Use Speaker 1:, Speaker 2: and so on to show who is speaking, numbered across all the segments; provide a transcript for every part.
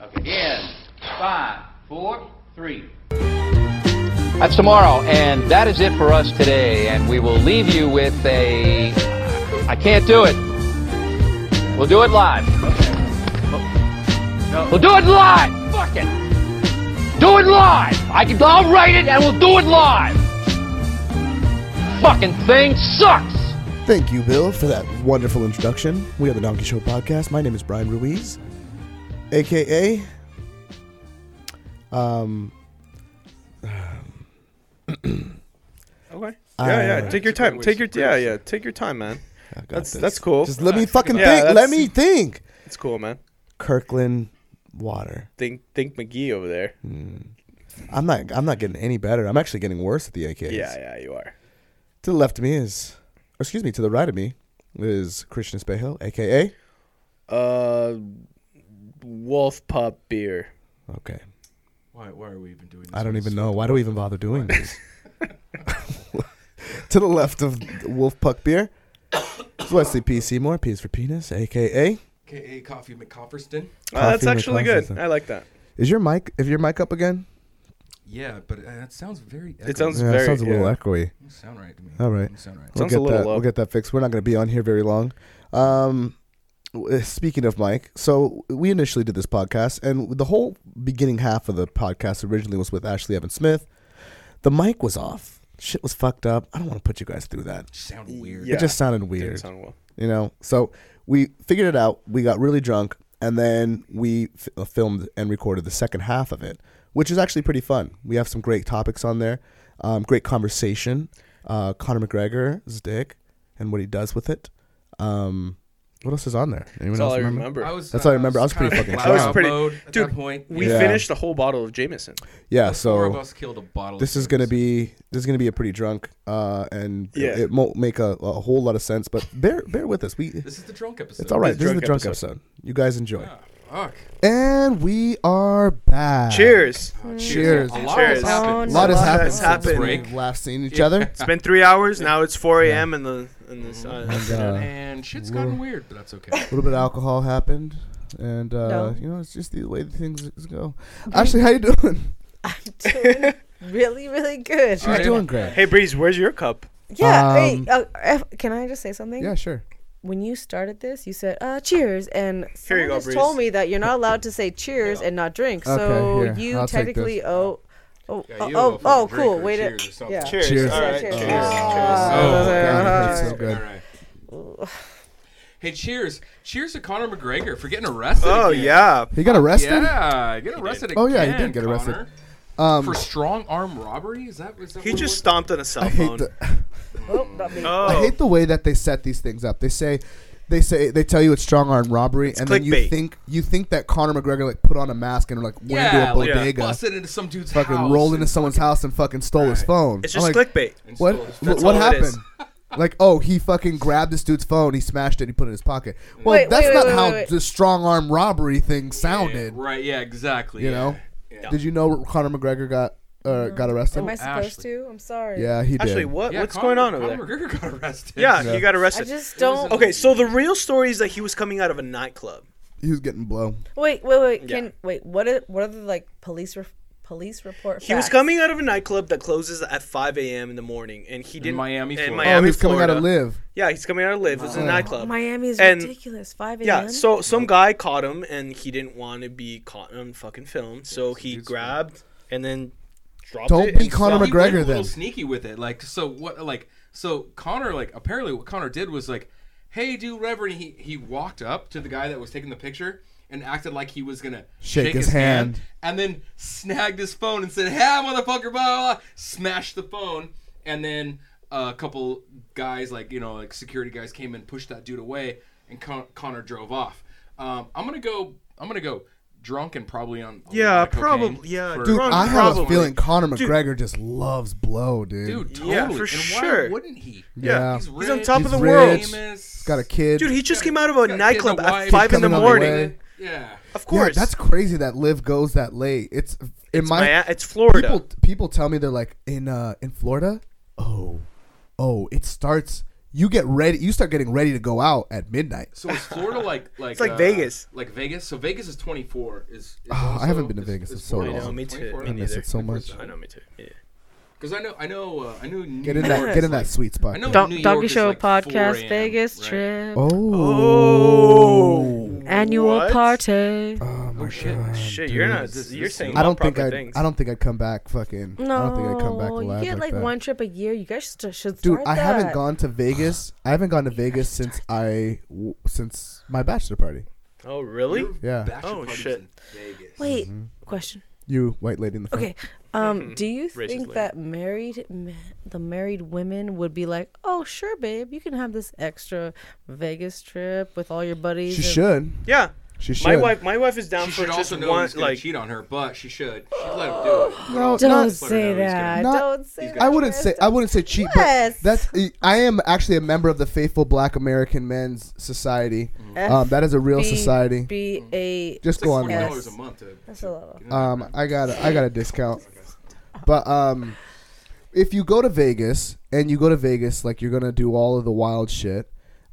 Speaker 1: Okay, in five, four, three.
Speaker 2: That's tomorrow, and that is it for us today. And we will leave you with a. I can't do it. We'll do it live. We'll do it live. Fuck it. Do it live. I can, I'll write it, and we'll do it live. Fucking thing sucks.
Speaker 3: Thank you, Bill, for that wonderful introduction. We are the Donkey Show podcast. My name is Brian Ruiz, aka. um,
Speaker 4: Okay. Yeah, yeah. Take your time. Take your yeah, yeah. Take your time, man. That's that's cool.
Speaker 3: Just let me fucking
Speaker 4: Yeah,
Speaker 3: think. Let
Speaker 4: that's-
Speaker 3: me think.
Speaker 4: It's cool, man.
Speaker 3: Kirkland Water.
Speaker 4: Think think McGee over there.
Speaker 3: I'm not. I'm not getting any better. I'm actually getting worse at the AKs.
Speaker 4: Yeah, yeah, you are.
Speaker 3: To the left of me is, or excuse me, to the right of me is Christian Spahill, aka.
Speaker 4: Uh, wolf pup beer.
Speaker 3: Okay.
Speaker 5: Why, why are we even doing this?
Speaker 3: I don't even know. Why do we even bother doing this? to the left of Wolf Puck Beer is Wesley P. Seymour, P is for penis, aka.
Speaker 5: K.A. Coffee McCofferston?
Speaker 4: Uh, that's
Speaker 3: Coffee
Speaker 4: actually
Speaker 3: McCoffee.
Speaker 4: good. I like that.
Speaker 3: Is your mic, is your mic up again?
Speaker 5: Yeah, but uh, that sounds very.
Speaker 4: It
Speaker 5: echoey.
Speaker 4: sounds
Speaker 3: yeah,
Speaker 4: very
Speaker 3: it sounds a little
Speaker 4: yeah.
Speaker 3: echoey.
Speaker 5: Doesn't sound right to me.
Speaker 3: All right.
Speaker 5: Doesn't sound right.
Speaker 3: We'll
Speaker 4: Sounds
Speaker 3: get
Speaker 4: a little
Speaker 3: that,
Speaker 4: low.
Speaker 3: We'll get that fixed. We're not going to be on here very long. Um, w- speaking of Mike, so we initially did this podcast, and the whole beginning half of the podcast originally was with Ashley Evan Smith. The mic was off. Shit was fucked up. I don't want to put you guys through that.
Speaker 5: Sound weird.
Speaker 4: Yeah.
Speaker 3: It just sounded
Speaker 4: Didn't
Speaker 3: weird.
Speaker 4: sound well.
Speaker 3: you know so we figured it out we got really drunk and then we f- uh, filmed and recorded the second half of it which is actually pretty fun we have some great topics on there um, great conversation uh, conor mcgregor's dick and what he does with it um, what else is on there anyone
Speaker 4: That's
Speaker 3: else
Speaker 4: all I
Speaker 3: remember?
Speaker 4: remember.
Speaker 5: I was,
Speaker 3: That's all I remember. I was
Speaker 5: kind
Speaker 3: pretty
Speaker 5: of
Speaker 3: fucking
Speaker 5: blackout
Speaker 3: drunk. I
Speaker 4: was pretty-
Speaker 5: mode at
Speaker 4: Dude,
Speaker 5: that point.
Speaker 4: We
Speaker 3: Yeah.
Speaker 4: finished a whole bottle of Jameson.
Speaker 3: yeah
Speaker 5: Four of
Speaker 3: so
Speaker 5: us killed a bottle.
Speaker 3: this
Speaker 5: of
Speaker 3: is gonna
Speaker 5: Jameson.
Speaker 3: be this is gonna be a pretty drunk uh, and
Speaker 4: Yeah.
Speaker 3: it won't make a, a whole lot of sense but bear bear with us we
Speaker 5: This is the drunk episode. Ah,
Speaker 3: it's all right
Speaker 4: the
Speaker 3: this is the
Speaker 4: drunk
Speaker 3: drunk episode, you guys enjoy
Speaker 5: Fuck.
Speaker 3: and we are back
Speaker 4: Cheers.
Speaker 3: Cheers.
Speaker 5: A lot has
Speaker 4: Cheers.
Speaker 5: happened.
Speaker 3: A lot has happened.
Speaker 4: has
Speaker 3: since
Speaker 4: happened.
Speaker 3: We've last seen each other.
Speaker 4: It's been three hours. Now it's 4 a.m. in the in the sun.
Speaker 5: And shit's gotten weird, but that's okay.
Speaker 3: A Uh, little bit of alcohol happened, and uh,
Speaker 6: No.
Speaker 3: you know it's just the way things go. Ashley, how you doing?
Speaker 6: doing really, really good.
Speaker 3: She's
Speaker 5: right.
Speaker 3: doing great.
Speaker 4: Hey Breeze, where's your cup?
Speaker 6: Yeah.
Speaker 3: Um,
Speaker 6: hey, uh, uh, can I just say something?
Speaker 3: Yeah, sure.
Speaker 6: When you started this, you said uh, "cheers," and
Speaker 4: Here you
Speaker 6: someone
Speaker 4: go,
Speaker 6: just
Speaker 4: Breeze.
Speaker 6: told me that you're not allowed to say "cheers" and not drink.
Speaker 3: Okay,
Speaker 6: So
Speaker 3: here,
Speaker 6: you
Speaker 3: I'll take
Speaker 6: technically
Speaker 3: this.
Speaker 6: owe. Oh,
Speaker 5: Yeah,
Speaker 6: oh,
Speaker 5: you owe a
Speaker 6: oh,
Speaker 5: fucking drink
Speaker 6: cool.
Speaker 5: or
Speaker 6: Wait
Speaker 5: cheers or
Speaker 6: a
Speaker 5: something.
Speaker 6: yeah.
Speaker 4: Cheers.
Speaker 3: Cheers.
Speaker 4: All right.
Speaker 6: Cheers.
Speaker 4: Cheers.
Speaker 5: Oh,
Speaker 3: God, it's so
Speaker 5: All
Speaker 3: good.
Speaker 5: right. Hey, cheers. Cheers to Conor McGregor for getting arrested.
Speaker 4: Oh
Speaker 5: again.
Speaker 4: yeah.
Speaker 3: He got arrested.
Speaker 5: Yeah, get arrested
Speaker 3: Oh, yeah, he
Speaker 5: again,
Speaker 3: did get arrested.
Speaker 5: Conor.
Speaker 3: Um,
Speaker 5: for strong arm robbery? Is that, is that
Speaker 4: He
Speaker 5: what it was?
Speaker 4: just stomped on a cell
Speaker 3: I hate
Speaker 4: phone.
Speaker 3: the
Speaker 6: Oh, not me.
Speaker 4: Oh.
Speaker 3: I hate the way that they set these things up. They say. They say they tell you it's strong arm robbery, and then you
Speaker 4: clickbait.
Speaker 3: think you think that Conor McGregor like put on a mask and like went
Speaker 5: yeah,
Speaker 3: into a
Speaker 5: like,
Speaker 4: yeah.
Speaker 3: bodega,
Speaker 5: busted into some dude's
Speaker 3: fucking
Speaker 5: house
Speaker 3: rolled into
Speaker 5: and
Speaker 3: someone's house and fucking stole his
Speaker 5: Right.
Speaker 3: phone.
Speaker 4: It's
Speaker 3: I'm
Speaker 4: just
Speaker 3: like,
Speaker 4: clickbait.
Speaker 5: and
Speaker 3: What?
Speaker 5: stole his
Speaker 3: wh-
Speaker 5: phone.
Speaker 4: That's
Speaker 3: what
Speaker 4: all it is.
Speaker 3: happened? like, oh, he fucking grabbed this dude's phone, he smashed it, he put it in his pocket. Well,
Speaker 6: Wait,
Speaker 3: that's
Speaker 6: wait,
Speaker 3: not
Speaker 6: wait,
Speaker 3: how
Speaker 6: wait, wait.
Speaker 3: the strong arm robbery thing
Speaker 5: Yeah,
Speaker 3: sounded.
Speaker 5: right, yeah, exactly.
Speaker 3: You
Speaker 5: yeah.
Speaker 3: know?
Speaker 5: Yeah.
Speaker 3: Did you know Conor McGregor got uh, got arrested?
Speaker 6: Am I supposed
Speaker 5: Ashley.
Speaker 6: to? I'm sorry.
Speaker 3: yeah, he did.
Speaker 4: Actually, what
Speaker 5: Yeah,
Speaker 4: what's
Speaker 5: Conor-
Speaker 4: going on over
Speaker 5: Conor
Speaker 4: there?
Speaker 5: McGregor got arrested.
Speaker 4: Yeah,
Speaker 3: Yeah.
Speaker 4: he got
Speaker 6: I
Speaker 4: arrested.
Speaker 6: just don't.
Speaker 4: Okay, so the real story is that he was coming out of a nightclub.
Speaker 3: He was getting blow.
Speaker 6: Wait, wait, wait.
Speaker 4: Yeah.
Speaker 6: Can wait? What are what are the like police re- police report?
Speaker 4: He was
Speaker 6: facts?
Speaker 4: coming out of a nightclub that closes at 5 a.m. in the morning, and he didn't.
Speaker 5: Miami,
Speaker 4: in
Speaker 5: Florida.
Speaker 3: oh,
Speaker 4: Miami,
Speaker 3: he was coming out of
Speaker 4: Florida.
Speaker 3: live. Oh.
Speaker 4: Yeah, he's coming out of live. It's a nightclub.
Speaker 6: Miami is
Speaker 4: And-
Speaker 6: ridiculous. Five a.m.
Speaker 4: Yeah, so some guy caught him, and he didn't want to be caught on fucking film, so he grabbed and then dropped
Speaker 3: Don't
Speaker 4: it.
Speaker 3: be
Speaker 4: and
Speaker 3: Conor
Speaker 4: stopped.
Speaker 3: McGregor.
Speaker 5: he went a little
Speaker 3: then.
Speaker 5: sneaky with it. Like so, what? Like so, Connor. Like apparently, what Connor did was like, "Hey, do whatever." And he he walked up to the guy that was taking the picture and acted like he was gonna
Speaker 3: Shake
Speaker 5: shake,
Speaker 3: his
Speaker 5: his, hand.
Speaker 3: hand.
Speaker 5: and then snagged his phone and said, "Hey, motherfucker!" Blah blah. blah," Smashed the phone, and then a couple guys, like you know, like security guys, came and pushed that dude away, and Con- Connor drove off. Um, I'm gonna go. I'm gonna go. Drunk and probably on a
Speaker 4: Yeah,
Speaker 5: lot of cocaine
Speaker 4: probably- yeah,
Speaker 5: for-
Speaker 3: Dude,
Speaker 4: Drunk,
Speaker 3: I have a
Speaker 4: probably.
Speaker 3: feeling Conor
Speaker 4: Dude.
Speaker 3: McGregor just loves blow, dude.
Speaker 5: Dude, totally.
Speaker 4: Yeah,
Speaker 5: and
Speaker 4: for
Speaker 5: why
Speaker 4: sure.
Speaker 5: wouldn't he?
Speaker 3: Yeah.
Speaker 5: He's,
Speaker 4: He's on
Speaker 5: rich,
Speaker 4: top of
Speaker 3: He's
Speaker 4: the
Speaker 3: rich.
Speaker 4: world.
Speaker 5: famous.
Speaker 3: got a kid.
Speaker 4: Dude, he just came out of a
Speaker 5: He's got a kid and
Speaker 4: nightclub
Speaker 5: a
Speaker 4: at
Speaker 5: wife.
Speaker 4: 5 in the
Speaker 3: Coming on the
Speaker 4: morning.
Speaker 3: way.
Speaker 5: Yeah.
Speaker 4: Of
Speaker 3: Yeah,
Speaker 4: course.
Speaker 3: that's crazy that live goes that late. It's in
Speaker 4: It's
Speaker 3: my
Speaker 4: Mia- it's Florida.
Speaker 3: People people tell me they're like in uh in Florida. Oh, oh, it starts you get ready. You start getting ready to go out at midnight.
Speaker 5: So is Florida like like
Speaker 4: like Vegas.
Speaker 5: Like Vegas. So Vegas is 24. Is, is
Speaker 3: I
Speaker 5: also-
Speaker 3: haven't been to
Speaker 5: is-
Speaker 3: Vegas
Speaker 5: is
Speaker 3: in so
Speaker 5: Florida
Speaker 3: long.
Speaker 5: is
Speaker 4: I know, me too.
Speaker 5: 24?
Speaker 4: Me
Speaker 3: I miss
Speaker 4: neither.
Speaker 3: it so much.
Speaker 4: I know me too. Yeah.
Speaker 5: Because I know, I know, uh, I know. New
Speaker 3: Get in
Speaker 5: York
Speaker 3: that, get
Speaker 5: is
Speaker 3: in that
Speaker 5: like-
Speaker 3: sweet spot.
Speaker 5: I know
Speaker 7: Don-
Speaker 5: New York
Speaker 7: Donkey
Speaker 5: is
Speaker 7: Show
Speaker 5: like 4
Speaker 7: Podcast
Speaker 5: a.m.,
Speaker 7: Vegas
Speaker 5: right?
Speaker 7: trip.
Speaker 4: Oh,
Speaker 3: Oh,
Speaker 7: Annual
Speaker 4: What?
Speaker 7: party.
Speaker 3: oh my
Speaker 5: shit.
Speaker 3: god!
Speaker 4: Shit,
Speaker 3: dude.
Speaker 4: you're not. You're saying
Speaker 3: I don't think
Speaker 4: proper
Speaker 3: I.
Speaker 4: things.
Speaker 3: I don't think I'd come back. Fucking.
Speaker 6: No,
Speaker 3: I don't think I'd come back alive
Speaker 6: you get like
Speaker 3: that.
Speaker 6: one trip a year. You guys should, should
Speaker 3: Dude,
Speaker 6: start
Speaker 3: I haven't
Speaker 6: that.
Speaker 3: gone to Vegas. I haven't gone to Vegas since I w- since my bachelor party.
Speaker 4: Oh really?
Speaker 3: Yeah,
Speaker 5: Bachelor
Speaker 4: Oh,
Speaker 5: parties
Speaker 4: shit.
Speaker 5: in Vegas.
Speaker 6: Wait,
Speaker 3: Mm-hmm.
Speaker 6: question.
Speaker 3: you white lady in the front.
Speaker 6: Okay, um, do you
Speaker 4: Racist
Speaker 6: think
Speaker 4: lady.
Speaker 6: that married ma- the married women would be like, oh sure, babe, you can have this extra Vegas trip with all your buddies?
Speaker 3: She
Speaker 6: and-"
Speaker 3: should.
Speaker 4: Yeah.
Speaker 3: She should.
Speaker 4: My wife. My wife is down
Speaker 5: She
Speaker 4: for
Speaker 5: should
Speaker 4: just
Speaker 5: also know
Speaker 4: one
Speaker 5: he's gonna
Speaker 4: like.
Speaker 5: cheat on her, but she should. She'd let him do it.
Speaker 3: No,
Speaker 6: Don't
Speaker 3: not-
Speaker 6: say that.
Speaker 3: Not-
Speaker 6: Don't say.
Speaker 5: got-
Speaker 6: that,
Speaker 3: I wouldn't say I
Speaker 6: Tristan.
Speaker 3: wouldn't say cheat,
Speaker 6: Yes.
Speaker 3: but that's I am actually a member of the Faithful Black American Men's Society. Um, that is a real
Speaker 6: F- B-
Speaker 3: society.
Speaker 6: Be a.
Speaker 3: Just go on
Speaker 5: Forty
Speaker 3: there.
Speaker 5: dollars a month. To,
Speaker 6: That's a lot. Of,
Speaker 3: Um, I got a, I got a discount, but um, if you go to Vegas and you go to Vegas like you're gonna do all of the wild shit,